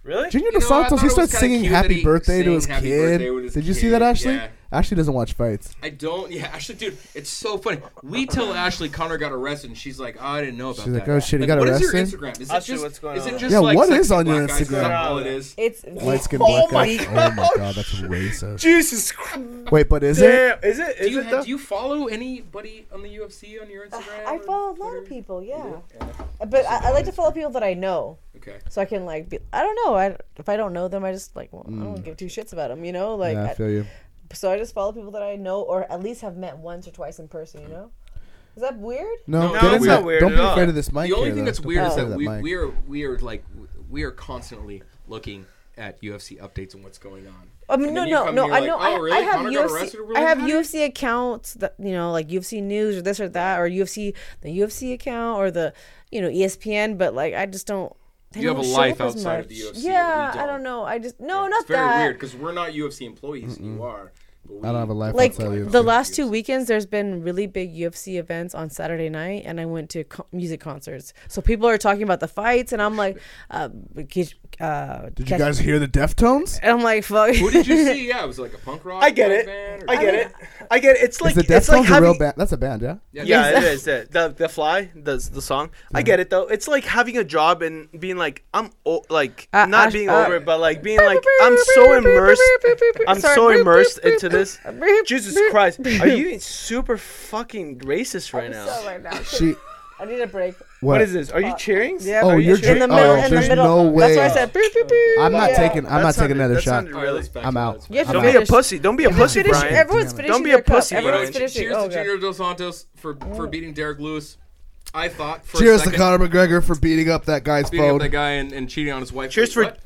Speaker 4: Really?
Speaker 3: Junior
Speaker 5: You
Speaker 3: Dos
Speaker 5: know, I
Speaker 3: Santos, he
Speaker 5: thought it was
Speaker 3: starts
Speaker 5: kinda
Speaker 3: singing
Speaker 5: cute that
Speaker 3: "Happy
Speaker 5: he
Speaker 3: Birthday" to
Speaker 5: sang
Speaker 3: his
Speaker 5: Happy
Speaker 3: kid.
Speaker 5: Birthday with his
Speaker 3: Did you see that,
Speaker 5: kid,
Speaker 3: Ashley?
Speaker 5: yeah.
Speaker 3: Ashley doesn't watch fights.
Speaker 5: I don't. Yeah, Ashley, dude, it's so funny. We tell Ashley Connor got arrested, and she's like, I didn't know about
Speaker 3: She's
Speaker 5: that.
Speaker 3: like, oh, shit, he got
Speaker 5: What is
Speaker 3: arrested?
Speaker 5: your Instagram? Is it
Speaker 4: Ashley,
Speaker 5: just?
Speaker 4: what's going
Speaker 5: is it
Speaker 4: on?
Speaker 5: just
Speaker 3: Yeah,
Speaker 5: like
Speaker 3: what
Speaker 5: sex
Speaker 3: is on
Speaker 5: black
Speaker 3: your
Speaker 5: guys? Is that
Speaker 3: Instagram?
Speaker 5: all it is?
Speaker 6: It's
Speaker 3: Light skin,
Speaker 4: Oh
Speaker 3: black guy.
Speaker 4: my
Speaker 3: Oh my god, that's racist.
Speaker 4: Jesus Christ.
Speaker 3: Wait, but is it?
Speaker 4: Damn. Is it?
Speaker 5: Do
Speaker 4: Is
Speaker 5: you,
Speaker 4: it though?
Speaker 5: do you follow anybody on the UFC on your Instagram? or
Speaker 6: I follow a lot
Speaker 5: Twitter?
Speaker 6: of people, yeah. Uh, But I, I like to follow people that I know,
Speaker 5: Okay.
Speaker 6: so I can like be. I don't know. I if I don't know them, I just like well,
Speaker 5: Mm.
Speaker 6: I don't give two shits about them, you know. Like
Speaker 3: Yeah, I
Speaker 6: I-
Speaker 3: feel you.
Speaker 6: so, I just follow people that I know or at least have met once or twice in person, you know. Is that weird?
Speaker 3: No,
Speaker 5: No,
Speaker 3: get
Speaker 5: it's
Speaker 3: in
Speaker 5: not
Speaker 3: that-
Speaker 4: weird
Speaker 3: Don't
Speaker 4: at
Speaker 3: be
Speaker 4: all.
Speaker 3: afraid of this mic.
Speaker 5: The only
Speaker 3: here,
Speaker 5: thing
Speaker 3: though.
Speaker 5: that's
Speaker 3: Don't be
Speaker 5: weird is
Speaker 3: afraid of
Speaker 5: that we,
Speaker 3: mic.
Speaker 5: we are we are like we are constantly looking at UFC updates and what's going on.
Speaker 6: I mean,
Speaker 5: And
Speaker 6: Um, no,
Speaker 5: then you
Speaker 6: no,
Speaker 5: come
Speaker 6: no.
Speaker 5: here
Speaker 6: I
Speaker 5: like,
Speaker 6: know.
Speaker 5: oh,
Speaker 6: I,
Speaker 5: really?
Speaker 6: I have
Speaker 5: Conor got arrested
Speaker 6: UFC.
Speaker 5: or
Speaker 6: I have
Speaker 5: whatever?
Speaker 6: UFC accounts that you know, like UFC News or this or that, or UFC the UFC account or the you know E ESPN. But like, I just don't. they
Speaker 5: You have
Speaker 6: don't
Speaker 5: a
Speaker 6: show
Speaker 5: life
Speaker 6: up as
Speaker 5: outside of the
Speaker 6: much.
Speaker 5: UFC, and we
Speaker 6: Yeah, I
Speaker 5: don't.
Speaker 6: don't know. I just no,
Speaker 5: it's
Speaker 6: not
Speaker 5: very
Speaker 6: that.
Speaker 5: weird because we're not UFC employees. and You are. But we,
Speaker 3: I don't have a life
Speaker 6: like
Speaker 3: outside of
Speaker 6: the
Speaker 3: UFC.
Speaker 6: last two weekends there's been really big ufc events on saturday night and i went to co- music concerts so people are talking about the fights and i'm like uh, get- uh,
Speaker 3: Did you guys hear the Deftones?
Speaker 6: and i'm like fuck
Speaker 5: Who did you see? Yeah, it was like a punk rock.
Speaker 4: I get
Speaker 5: rock
Speaker 4: it.
Speaker 5: Band or-
Speaker 4: I get it. I get it. It's like
Speaker 3: Is the
Speaker 4: it's like
Speaker 3: Deftones a
Speaker 4: having,
Speaker 3: real band? That's a band, yeah.
Speaker 4: Yeah, it is. The, the the fly, the the song. I get it though. It's like having a job and being like I'm o- like
Speaker 6: Uh,
Speaker 4: not
Speaker 6: Ash-
Speaker 4: being
Speaker 6: uh,
Speaker 4: over it, but like being like I'm so immersed. I'm
Speaker 6: Sorry.
Speaker 4: so immersed into this.
Speaker 6: Beep,
Speaker 4: Jesus
Speaker 6: beep,
Speaker 4: Christ, are
Speaker 6: beep.
Speaker 4: you super fucking racist right now?
Speaker 6: so right now
Speaker 3: She.
Speaker 6: i need a break
Speaker 4: What is this? Are you cheering?
Speaker 6: yeah,
Speaker 3: Oh,
Speaker 6: are you
Speaker 3: you're
Speaker 6: sure? in the
Speaker 3: dr-
Speaker 6: middle
Speaker 3: oh,
Speaker 6: in the
Speaker 3: there's
Speaker 6: middle
Speaker 3: no
Speaker 6: that's why i
Speaker 3: way.
Speaker 6: said beep, beep, beep.
Speaker 3: I'm not
Speaker 6: Yeah.
Speaker 3: taking. I'm
Speaker 4: That
Speaker 3: not taking
Speaker 4: sounded-
Speaker 3: another
Speaker 4: that
Speaker 3: shot.
Speaker 4: sounded
Speaker 5: All right,
Speaker 4: really-
Speaker 5: let's back
Speaker 3: I'm
Speaker 5: to
Speaker 3: out.
Speaker 5: that.
Speaker 6: You have to
Speaker 3: I'm
Speaker 4: Don't
Speaker 3: out.
Speaker 4: be a
Speaker 6: Finish-
Speaker 4: pussy. Don't be a pussy,
Speaker 6: Finish-
Speaker 4: Brian.
Speaker 6: everyone's
Speaker 3: Don't
Speaker 6: finishing
Speaker 4: be
Speaker 6: their
Speaker 4: a
Speaker 6: cup.
Speaker 4: pussy,
Speaker 6: everyone's
Speaker 4: Brian.
Speaker 6: finishing
Speaker 5: Cheers
Speaker 6: oh,
Speaker 5: to
Speaker 6: God. Oh.
Speaker 5: Junior Dos Santos for for beating Derek Lewis. I thought. For
Speaker 3: Cheers
Speaker 5: a
Speaker 3: to
Speaker 5: second,
Speaker 3: Conor McGregor for beating up that guy's
Speaker 5: Beating
Speaker 3: phone.
Speaker 5: up that guy and, and cheating on his wife.
Speaker 4: Cheers for
Speaker 5: What?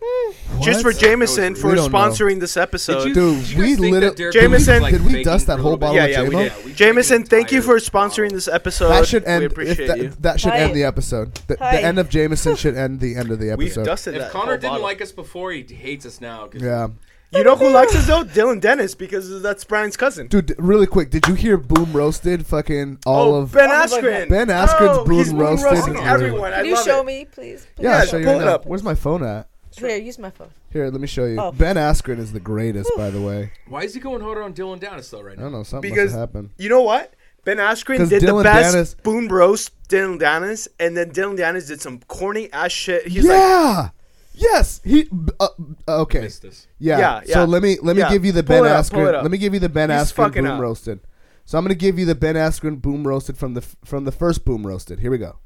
Speaker 4: Just for
Speaker 3: What?
Speaker 4: Jameson for
Speaker 3: We don't know.
Speaker 4: sponsoring this episode.
Speaker 5: Did you-
Speaker 3: Dude,
Speaker 5: did you guys
Speaker 3: we
Speaker 5: think that
Speaker 3: literally.
Speaker 5: Derek
Speaker 3: did we-
Speaker 5: Lewis was,
Speaker 4: Jameson-
Speaker 5: like,
Speaker 3: Did we
Speaker 5: faking
Speaker 3: dust
Speaker 5: for a
Speaker 3: that whole
Speaker 5: little bit?
Speaker 3: bottle
Speaker 4: Yeah,
Speaker 3: of
Speaker 4: yeah, we
Speaker 3: Jamo?
Speaker 4: did.
Speaker 5: Yeah, we
Speaker 4: Jameson,
Speaker 5: drank an
Speaker 4: thank you for
Speaker 5: entire
Speaker 4: sponsoring
Speaker 5: bottle.
Speaker 4: this episode.
Speaker 3: That should end.
Speaker 4: We
Speaker 3: if
Speaker 4: appreciate
Speaker 3: that,
Speaker 4: you.
Speaker 3: that should
Speaker 6: Hi.
Speaker 3: end the episode. The, the
Speaker 6: Hi.
Speaker 3: end of Jameson should end the end of the
Speaker 4: We've
Speaker 3: episode.
Speaker 4: dusted that.
Speaker 5: If
Speaker 4: whole
Speaker 5: Connor didn't
Speaker 4: bottle.
Speaker 5: like us before, he hates us now. 'cause-
Speaker 3: yeah,
Speaker 4: you know who likes us though? Dylan Dennis, because that's Brian's cousin.
Speaker 3: dude. d- Really quick, did you hear Boom roasted fucking all
Speaker 4: oh,
Speaker 3: of?
Speaker 4: Ben
Speaker 6: all of like
Speaker 4: Askren.
Speaker 3: Ben Askren's
Speaker 4: oh,
Speaker 3: Boone
Speaker 4: he's Boone
Speaker 3: roasted
Speaker 4: roasting
Speaker 3: everyone.
Speaker 4: everyone. I
Speaker 6: Can you
Speaker 4: love
Speaker 6: show
Speaker 4: it.
Speaker 6: me, please? please
Speaker 3: yeah, I'll
Speaker 6: show
Speaker 3: show you
Speaker 4: pull
Speaker 3: right
Speaker 4: it
Speaker 3: now.
Speaker 4: up.
Speaker 3: Where's my phone at?
Speaker 6: Here, use my phone.
Speaker 3: Here, let me show you.
Speaker 6: Oh.
Speaker 3: Ben Askren is the greatest, by the way.
Speaker 5: Why is he going harder on Dylan Dennis though right
Speaker 3: I
Speaker 5: now?
Speaker 3: don't know. Something
Speaker 4: Because-
Speaker 3: must have happened.
Speaker 4: You know what? Ben
Speaker 3: 'Cause
Speaker 4: Askren did
Speaker 3: Dylan
Speaker 4: the best
Speaker 3: Dennis-
Speaker 4: Boone roast Dylan Dennis, and then Dylan Dennis did some corny ass shit. He's like,
Speaker 3: yeah. yes. He. b- Uh, uh, okay.
Speaker 5: Missed this.
Speaker 3: Yeah.
Speaker 4: Yeah,
Speaker 3: So
Speaker 4: yeah.
Speaker 3: let me let me
Speaker 4: Yeah.
Speaker 3: give you the
Speaker 4: Pull
Speaker 3: Ben
Speaker 4: it up, pull it
Speaker 3: Askren.
Speaker 4: up.
Speaker 3: Let me give you the Ben
Speaker 4: He's
Speaker 3: Askren
Speaker 4: fucking
Speaker 3: boom
Speaker 4: up.
Speaker 3: roasted. So I'm gonna give you the Ben Askren boom roasted from the f- from the first boom roasted. Here we go.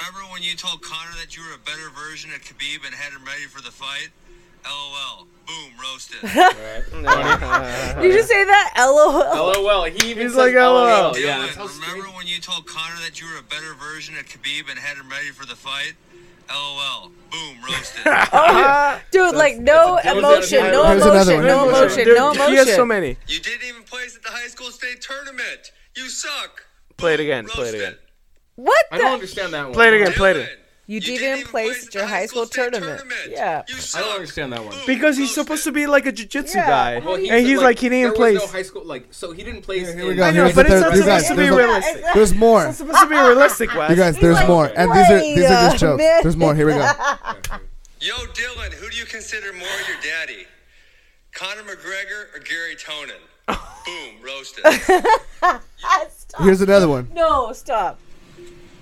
Speaker 7: Remember when you told Connor that you were a better version of Khabib and had him ready for the fight? LOL. Boom, roasted.
Speaker 6: Did you say that? LOL.
Speaker 5: LOL. He even
Speaker 4: He's like,
Speaker 5: says
Speaker 4: LOL.
Speaker 5: Yeah. that's how
Speaker 7: Dylan,
Speaker 5: stupid-
Speaker 7: remember when you told Connor that you were a better version of Khabib and had him ready for the fight? LOL. Boom, roasted.
Speaker 6: Dude, like no
Speaker 5: a-
Speaker 6: emotion,
Speaker 5: that was
Speaker 6: no
Speaker 3: another one.
Speaker 6: emotion, no
Speaker 3: Here's
Speaker 6: emotion,
Speaker 4: Dude,
Speaker 6: no
Speaker 4: He has so
Speaker 6: emotion.
Speaker 4: many.
Speaker 7: you didn't even place at the high school state tournament. You suck.
Speaker 4: Play it
Speaker 7: Boom,
Speaker 4: again, play it again.
Speaker 6: What
Speaker 5: I don't
Speaker 6: the?
Speaker 5: understand that one.
Speaker 4: Play it again.
Speaker 7: Dylan,
Speaker 4: Play it.
Speaker 6: You didn't place at your high school
Speaker 7: state
Speaker 6: tournament. Yeah.
Speaker 7: You
Speaker 5: I
Speaker 7: suck.
Speaker 5: don't understand that one.
Speaker 7: Boom,
Speaker 4: Because he's
Speaker 7: roasted.
Speaker 4: supposed to be like a jujitsu
Speaker 6: Yeah.
Speaker 4: guy,
Speaker 5: Well,
Speaker 4: and he's
Speaker 5: said,
Speaker 4: like, he didn't
Speaker 5: there
Speaker 4: play.
Speaker 5: Was no high school, like so he didn't play.
Speaker 3: here we go.
Speaker 4: I know,
Speaker 3: Here's
Speaker 4: but
Speaker 3: the
Speaker 4: it's
Speaker 3: third-
Speaker 4: not
Speaker 3: you guys,
Speaker 4: supposed to be
Speaker 3: there's a-
Speaker 4: realistic.
Speaker 3: There's more.
Speaker 4: It's supposed to be realistic, Wes.
Speaker 3: You guys, there's
Speaker 6: like,
Speaker 3: more, and these are these are
Speaker 6: wait,
Speaker 3: just jokes.
Speaker 6: uh,
Speaker 3: There's more. Here we go.
Speaker 7: Yo, Dylan, who do you consider more your daddy? Conor McGregor or Gary Tonin? Boom, roasted.
Speaker 6: Stop.
Speaker 3: Here's another one.
Speaker 6: No, stop.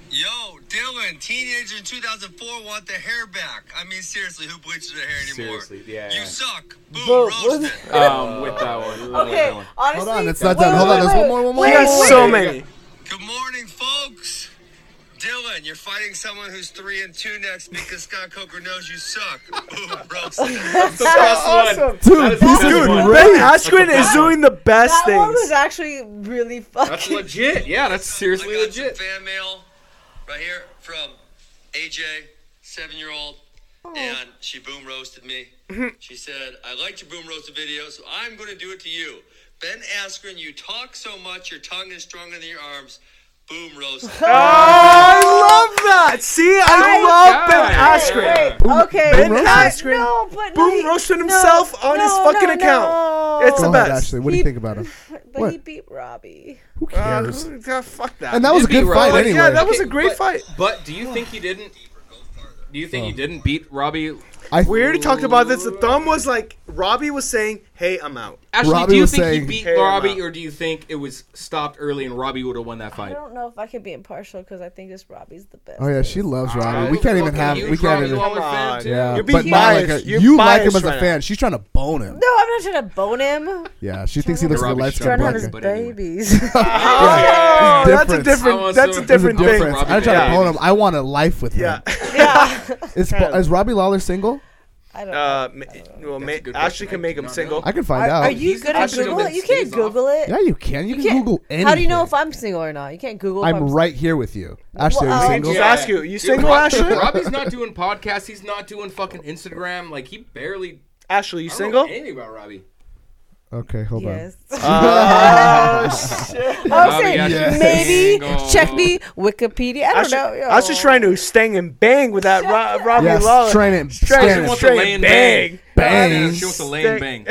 Speaker 7: Yo, Dylan, teenager in 2004 want the hair back. I mean, seriously, who bleaches their hair anymore?
Speaker 5: Seriously, yeah.
Speaker 7: You suck. Boom,
Speaker 6: Boom,
Speaker 7: roasted.
Speaker 5: Um, with that one.
Speaker 6: Okay, honestly.
Speaker 3: Hold on, it's not
Speaker 6: wait,
Speaker 3: done. Hold
Speaker 6: wait,
Speaker 3: on, there's
Speaker 6: wait,
Speaker 3: one more, one more,
Speaker 6: wait,
Speaker 4: He
Speaker 3: one
Speaker 4: has
Speaker 3: more.
Speaker 6: wait.
Speaker 4: so many.
Speaker 7: Good morning, folks. Dylan, you're fighting someone who's three and two next because Scott Coker knows you suck. Boom, roasted.
Speaker 5: That's the best one. That
Speaker 3: Dude,
Speaker 5: is
Speaker 3: this
Speaker 5: the
Speaker 3: is
Speaker 5: best one.
Speaker 3: great.
Speaker 4: Ben Askren is doing the best
Speaker 6: That one was
Speaker 4: things.
Speaker 6: actually really
Speaker 5: That's
Speaker 6: fucking.
Speaker 5: legit. Yeah, that's seriously
Speaker 7: I got some
Speaker 5: legit.
Speaker 7: fan mail right here from AJ, seven year old,
Speaker 5: Oh.
Speaker 7: and she boom roasted me.
Speaker 5: Mm-hmm.
Speaker 7: she said, I liked your boom roasted video, so I'm going to do it to you. Ben Askren, you talk so much, your tongue is stronger than your arms. Boom roasted.
Speaker 4: I love that. See, I, love Ben
Speaker 5: God.
Speaker 4: Askren.
Speaker 6: Wait, okay.
Speaker 4: Ben
Speaker 6: I-
Speaker 4: Askren.
Speaker 6: No, but no,
Speaker 4: Boom
Speaker 6: he-
Speaker 4: roasted
Speaker 6: no,
Speaker 4: himself on his
Speaker 6: no,
Speaker 4: fucking
Speaker 6: no,
Speaker 4: account.
Speaker 6: no.
Speaker 4: It's
Speaker 3: Go
Speaker 4: the
Speaker 3: ahead,
Speaker 4: best.
Speaker 3: Ashley. What do you
Speaker 6: He-
Speaker 3: think about him?
Speaker 6: But
Speaker 3: What?
Speaker 6: he beat Robbie.
Speaker 3: Who cares?
Speaker 4: Uh, fuck that.
Speaker 3: And that was a
Speaker 5: It'd be
Speaker 3: good fight
Speaker 5: right.
Speaker 3: anyway.
Speaker 4: Yeah, that was a
Speaker 5: Okay,
Speaker 4: great
Speaker 5: but-
Speaker 4: fight.
Speaker 3: Oh.
Speaker 5: But do you think he didn't? Do you think he didn't beat Robbie
Speaker 3: I
Speaker 4: We already talked about this. The thumb was like Robbie was saying, "Hey, I'm out."
Speaker 5: Actually,
Speaker 3: Robbie
Speaker 5: do you
Speaker 3: was
Speaker 5: think
Speaker 3: saying-
Speaker 5: he beat
Speaker 4: Hey, I'm out.
Speaker 5: Robbie, or do you think it was stopped early and Robbie would have won that
Speaker 6: I
Speaker 5: fight?
Speaker 6: don't know if I can be impartial because I think it's Robbie's the best.
Speaker 3: Oh yeah, she loves Robbie. We can't even have. We can't even.
Speaker 4: Come on.
Speaker 3: Yeah,
Speaker 4: You're
Speaker 3: but
Speaker 4: being
Speaker 3: not like
Speaker 4: biased.
Speaker 3: a-
Speaker 4: You're
Speaker 3: you like
Speaker 4: biased
Speaker 3: him as
Speaker 4: right
Speaker 3: a
Speaker 4: now.
Speaker 3: fan. She's trying to bone him.
Speaker 6: No, I'm not trying to bone him.
Speaker 3: Yeah, she thinks he looks like a
Speaker 5: Robbie
Speaker 3: light
Speaker 5: Strong.
Speaker 3: skinned
Speaker 6: Trying to
Speaker 3: black
Speaker 6: hunt
Speaker 3: guy.
Speaker 6: his
Speaker 5: But anyway.
Speaker 6: babies.
Speaker 4: Oh, that's a
Speaker 3: difference.
Speaker 5: I
Speaker 4: different.
Speaker 5: want
Speaker 4: That's a
Speaker 5: some-
Speaker 4: different
Speaker 5: There's
Speaker 4: thing.
Speaker 5: a
Speaker 3: difference.
Speaker 5: Robbie
Speaker 3: I'm not trying to
Speaker 5: Baby.
Speaker 3: bone him. I want a life with
Speaker 4: Yeah.
Speaker 3: him. Is, is Robbie Lawler single?
Speaker 6: I don't know.
Speaker 4: Uh, ma- well, ma-
Speaker 5: a good
Speaker 4: Ashley
Speaker 5: question.
Speaker 4: can
Speaker 5: I
Speaker 4: make
Speaker 5: do
Speaker 4: him
Speaker 5: not
Speaker 4: single.
Speaker 5: know.
Speaker 3: Oh, I can find
Speaker 6: Are,
Speaker 3: out.
Speaker 6: are you good at
Speaker 5: actually
Speaker 6: Google
Speaker 5: gonna
Speaker 6: it? You
Speaker 5: let
Speaker 6: can't
Speaker 5: Steve off.
Speaker 6: Google it.
Speaker 3: yeah, you can. You,
Speaker 6: You
Speaker 3: can
Speaker 6: can't-
Speaker 3: Google anything.
Speaker 6: How do you know if I'm single or not? You can't Google. if
Speaker 3: I'm right here with you, Ashley? are
Speaker 6: Well, uh,
Speaker 3: you
Speaker 4: I
Speaker 3: single?
Speaker 4: just ask you. You
Speaker 5: Dude,
Speaker 4: single,
Speaker 5: Rob-
Speaker 4: Ashley?
Speaker 5: Robbie's not doing podcasts. He's not doing fucking Instagram. Like he barely.
Speaker 4: Ashley, you
Speaker 5: I don't
Speaker 4: single?
Speaker 5: know anything about Robbie?
Speaker 3: Okay, hold on.
Speaker 6: Yes. Oh, I'm saying
Speaker 5: Yes.
Speaker 6: maybe
Speaker 5: Single.
Speaker 6: check me Wikipedia. I don't
Speaker 4: I was, ju-
Speaker 6: know. yo.
Speaker 4: I was just trying to stang and bang with that Ro- Robbie
Speaker 3: Yes,
Speaker 4: Lawler.
Speaker 3: train it,
Speaker 4: Straight
Speaker 3: stand
Speaker 5: She
Speaker 3: it.
Speaker 5: wants
Speaker 4: Straight
Speaker 5: to lay and
Speaker 4: bang.
Speaker 5: bang.
Speaker 3: Bang.
Speaker 5: She wants to lay and bang.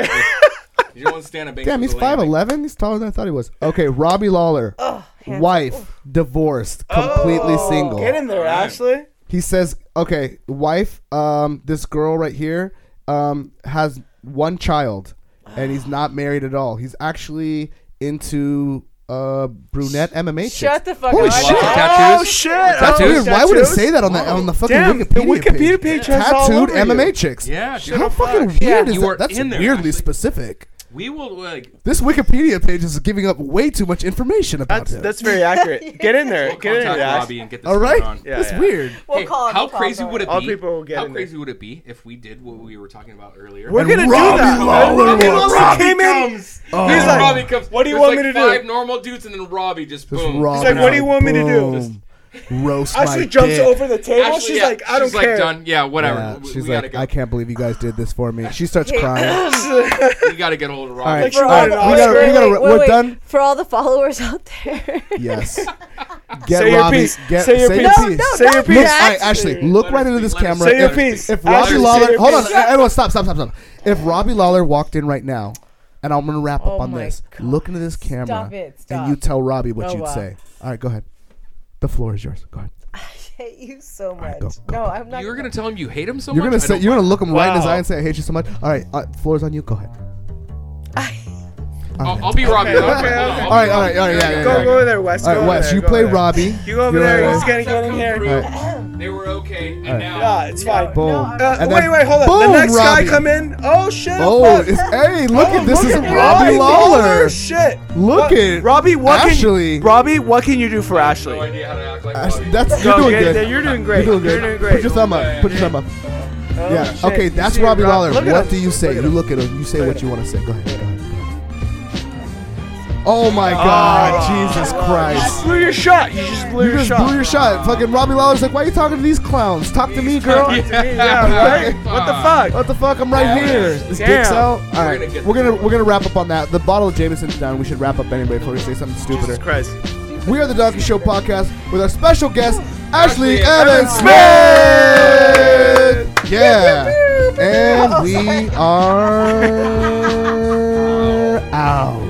Speaker 5: She wants to stand and bang.
Speaker 3: Damn, he's
Speaker 5: She wants to
Speaker 3: five
Speaker 5: lay and bang.
Speaker 3: eleven. He's taller than I thought he was. Okay, Robbie Lawler,
Speaker 6: handsome. Oh,
Speaker 3: wife, divorced, completely single.
Speaker 4: Get in there, Ashley.
Speaker 3: he says, okay, wife, um, this girl right here um, has one child, and he's not married at all. He's actually into uh, brunette MMA. chicks.
Speaker 6: Shut the fuck
Speaker 3: Holy
Speaker 6: up.
Speaker 3: shit.
Speaker 5: Lots of
Speaker 4: Oh
Speaker 5: tattoos.
Speaker 4: shit!
Speaker 3: That's
Speaker 4: Oh,
Speaker 3: weird. Why would it
Speaker 4: tattoos? Oh,
Speaker 3: say that on the on the fucking
Speaker 4: Damn, the
Speaker 3: Wikipedia,
Speaker 4: Wikipedia page has all
Speaker 3: Tattooed
Speaker 4: over you.
Speaker 3: MMA chicks.
Speaker 5: Yeah, dude.
Speaker 3: How fucking weird
Speaker 6: Yeah.
Speaker 3: is
Speaker 5: You
Speaker 3: that?
Speaker 5: are
Speaker 3: That's
Speaker 5: in there,
Speaker 3: weirdly
Speaker 5: actually.
Speaker 3: specific.
Speaker 5: We will like
Speaker 3: This Wikipedia page is giving up way too much information about
Speaker 4: That's
Speaker 3: him.
Speaker 4: that's very accurate. Get in there.
Speaker 5: we'll
Speaker 4: Get in
Speaker 5: contact
Speaker 4: there, Ashley.
Speaker 5: Robbie and get this
Speaker 3: all right.
Speaker 5: going on.
Speaker 4: Yeah,
Speaker 3: that's
Speaker 4: yeah.
Speaker 3: weird.
Speaker 6: We'll
Speaker 5: Hey,
Speaker 6: call it,
Speaker 5: how
Speaker 6: we'll call
Speaker 5: crazy
Speaker 6: it.
Speaker 5: would it be?
Speaker 4: All people will get
Speaker 5: how
Speaker 4: in there.
Speaker 5: crazy would it be if we did what we were talking about earlier?
Speaker 4: We're gonna do
Speaker 3: Robbie
Speaker 4: that.
Speaker 3: Lawler
Speaker 4: Robbie
Speaker 3: will-
Speaker 4: Lawler
Speaker 3: Robbie Oh.
Speaker 4: came in.
Speaker 5: comes. Here's
Speaker 4: like,
Speaker 5: Robbie comes.
Speaker 4: "What do you
Speaker 5: There's
Speaker 4: want
Speaker 5: like
Speaker 4: me to do?"
Speaker 5: Five normal dudes and then Robbie just
Speaker 3: Just
Speaker 5: boom.
Speaker 3: raw
Speaker 4: He's like,
Speaker 3: down.
Speaker 4: "What do you want me to do?"
Speaker 3: Boom. Roast my
Speaker 4: Ashley jumps
Speaker 3: dick.
Speaker 4: over the table.
Speaker 5: Actually,
Speaker 4: she's
Speaker 5: yeah,
Speaker 4: like, I don't
Speaker 5: she's like,
Speaker 4: care.
Speaker 5: done. Yeah, whatever.
Speaker 3: Yeah,
Speaker 5: we,
Speaker 3: she's
Speaker 5: we gotta
Speaker 3: like,
Speaker 5: go.
Speaker 3: I can't believe you guys did this for me. She starts crying.
Speaker 5: We gotta get older.
Speaker 3: All right,
Speaker 5: Robbie.
Speaker 4: she
Speaker 3: all right, we
Speaker 4: wanted an
Speaker 3: gotta,
Speaker 4: Oscar.
Speaker 3: we gotta, we're done.
Speaker 6: For all the followers out there.
Speaker 3: Yes. Get
Speaker 4: Say your
Speaker 3: Robbie.
Speaker 4: piece.
Speaker 3: Get,
Speaker 4: Say your piece.
Speaker 6: No, no,
Speaker 4: Say your
Speaker 6: not
Speaker 4: piece.
Speaker 3: Look,
Speaker 6: that.
Speaker 3: I, Ashley, look
Speaker 5: Let
Speaker 3: right
Speaker 5: her
Speaker 3: into this
Speaker 5: speak, let her
Speaker 3: camera.
Speaker 5: speak,
Speaker 4: Say your
Speaker 5: let her
Speaker 4: piece.
Speaker 5: speak.
Speaker 3: If Robbie
Speaker 4: Ashley, say
Speaker 3: Lawler,
Speaker 4: your
Speaker 3: hold on,
Speaker 4: piece.
Speaker 3: everyone, stop, stop, stop, stop. If Robbie Lawler walked in right now, and I'm gonna wrap
Speaker 6: Oh
Speaker 3: up on
Speaker 6: my
Speaker 3: this.
Speaker 6: God.
Speaker 3: Look into this camera,
Speaker 6: Stop it,
Speaker 3: and
Speaker 6: stop.
Speaker 3: you tell Robbie what
Speaker 6: Oh,
Speaker 3: you'd
Speaker 6: wow.
Speaker 3: say. All right, go ahead. The floor is yours. Go ahead.
Speaker 6: hate you so much.
Speaker 3: go, go,
Speaker 6: no,
Speaker 3: go.
Speaker 6: I'm not.
Speaker 5: You were gonna tell him you hate
Speaker 6: Oh
Speaker 5: him so
Speaker 3: You're
Speaker 5: much.
Speaker 3: gonna
Speaker 5: I
Speaker 3: say
Speaker 5: don't
Speaker 3: you're
Speaker 5: like
Speaker 3: gonna look him right in his
Speaker 4: Wow.
Speaker 3: eye and say, "I hate you so much." All right, uh, floor's on you. Go ahead.
Speaker 5: it. I'll, I'll be Robbie.
Speaker 4: Okay,
Speaker 5: I'll-
Speaker 4: okay,
Speaker 5: I'll-
Speaker 4: okay.
Speaker 5: I'll
Speaker 3: All
Speaker 5: be
Speaker 3: right, all right,
Speaker 5: Robbie.
Speaker 3: all right, yeah, yeah,
Speaker 4: Go,
Speaker 3: yeah.
Speaker 4: go over there, Wes.
Speaker 3: All
Speaker 4: go
Speaker 3: right,
Speaker 4: over
Speaker 3: Wes,
Speaker 4: there,
Speaker 3: you
Speaker 4: go
Speaker 3: play
Speaker 4: over there.
Speaker 3: Robbie.
Speaker 4: You go over
Speaker 3: You're
Speaker 4: there.
Speaker 3: right.
Speaker 4: He's gonna get in
Speaker 5: Come
Speaker 4: here.
Speaker 5: through.
Speaker 3: All
Speaker 5: They were okay, and now
Speaker 4: Yeah, it's fine.
Speaker 3: Boom.
Speaker 4: Uh,
Speaker 3: And
Speaker 4: wait,
Speaker 3: then
Speaker 4: wait, hold on.
Speaker 3: boom,
Speaker 4: the next
Speaker 3: Robbie.
Speaker 4: guy come in. Oh shit!
Speaker 3: Oh,
Speaker 4: fuck.
Speaker 3: it's, hey, look
Speaker 4: Oh,
Speaker 3: at this!
Speaker 4: look
Speaker 3: Is
Speaker 4: at
Speaker 3: Robbie Lawler?
Speaker 4: Shit!
Speaker 3: Look
Speaker 4: Ro-
Speaker 3: at
Speaker 4: Robbie. What
Speaker 3: Ashley.
Speaker 4: can Robbie? What can you do for
Speaker 5: no
Speaker 4: Ashley?
Speaker 5: idea how to act like
Speaker 3: Ash-
Speaker 5: Robbie.
Speaker 3: That's
Speaker 4: Go,
Speaker 3: you're doing
Speaker 4: get
Speaker 3: good.
Speaker 4: there. You're doing great.
Speaker 3: You're doing good.
Speaker 4: You're doing great.
Speaker 3: Put your thumb up. Put your thumb up.
Speaker 4: Oh,
Speaker 3: Yeah.
Speaker 4: shit.
Speaker 3: Okay,
Speaker 4: You
Speaker 3: that's
Speaker 4: see
Speaker 3: Robbie
Speaker 4: Rob-
Speaker 3: Lawler.
Speaker 4: look at
Speaker 3: What
Speaker 4: him.
Speaker 3: do you say?
Speaker 4: Look at
Speaker 3: You
Speaker 4: him.
Speaker 3: look at him. You say what you want to say. Go ahead. Go ahead. Oh my God! Jesus Christ!
Speaker 4: Blew your shot. You just blew
Speaker 3: You
Speaker 4: your
Speaker 3: just
Speaker 4: shot.
Speaker 3: blew your shot. Fucking Robbie Lawler's like, why are you talking to these clowns? Talk to me, girl.
Speaker 4: Yeah, right? What the fuck?
Speaker 3: What the fuck? I'm right here. This
Speaker 4: Damn.
Speaker 3: dick's out. All
Speaker 5: We're
Speaker 3: right,
Speaker 5: gonna get
Speaker 3: we're gonna
Speaker 5: through.
Speaker 3: we're gonna wrap up on that. The bottle of Jameson's down. We should wrap up anyway before we say something
Speaker 4: Jesus
Speaker 3: stupider.
Speaker 4: Christ.
Speaker 3: We are the Donkey Show podcast with our special guest, Ashley
Speaker 5: Ashley
Speaker 3: Evans Smith. Yeah. And we are out.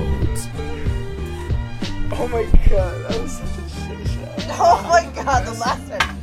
Speaker 4: Oh my god, that was such a shit shot.
Speaker 6: Oh my god, the last one.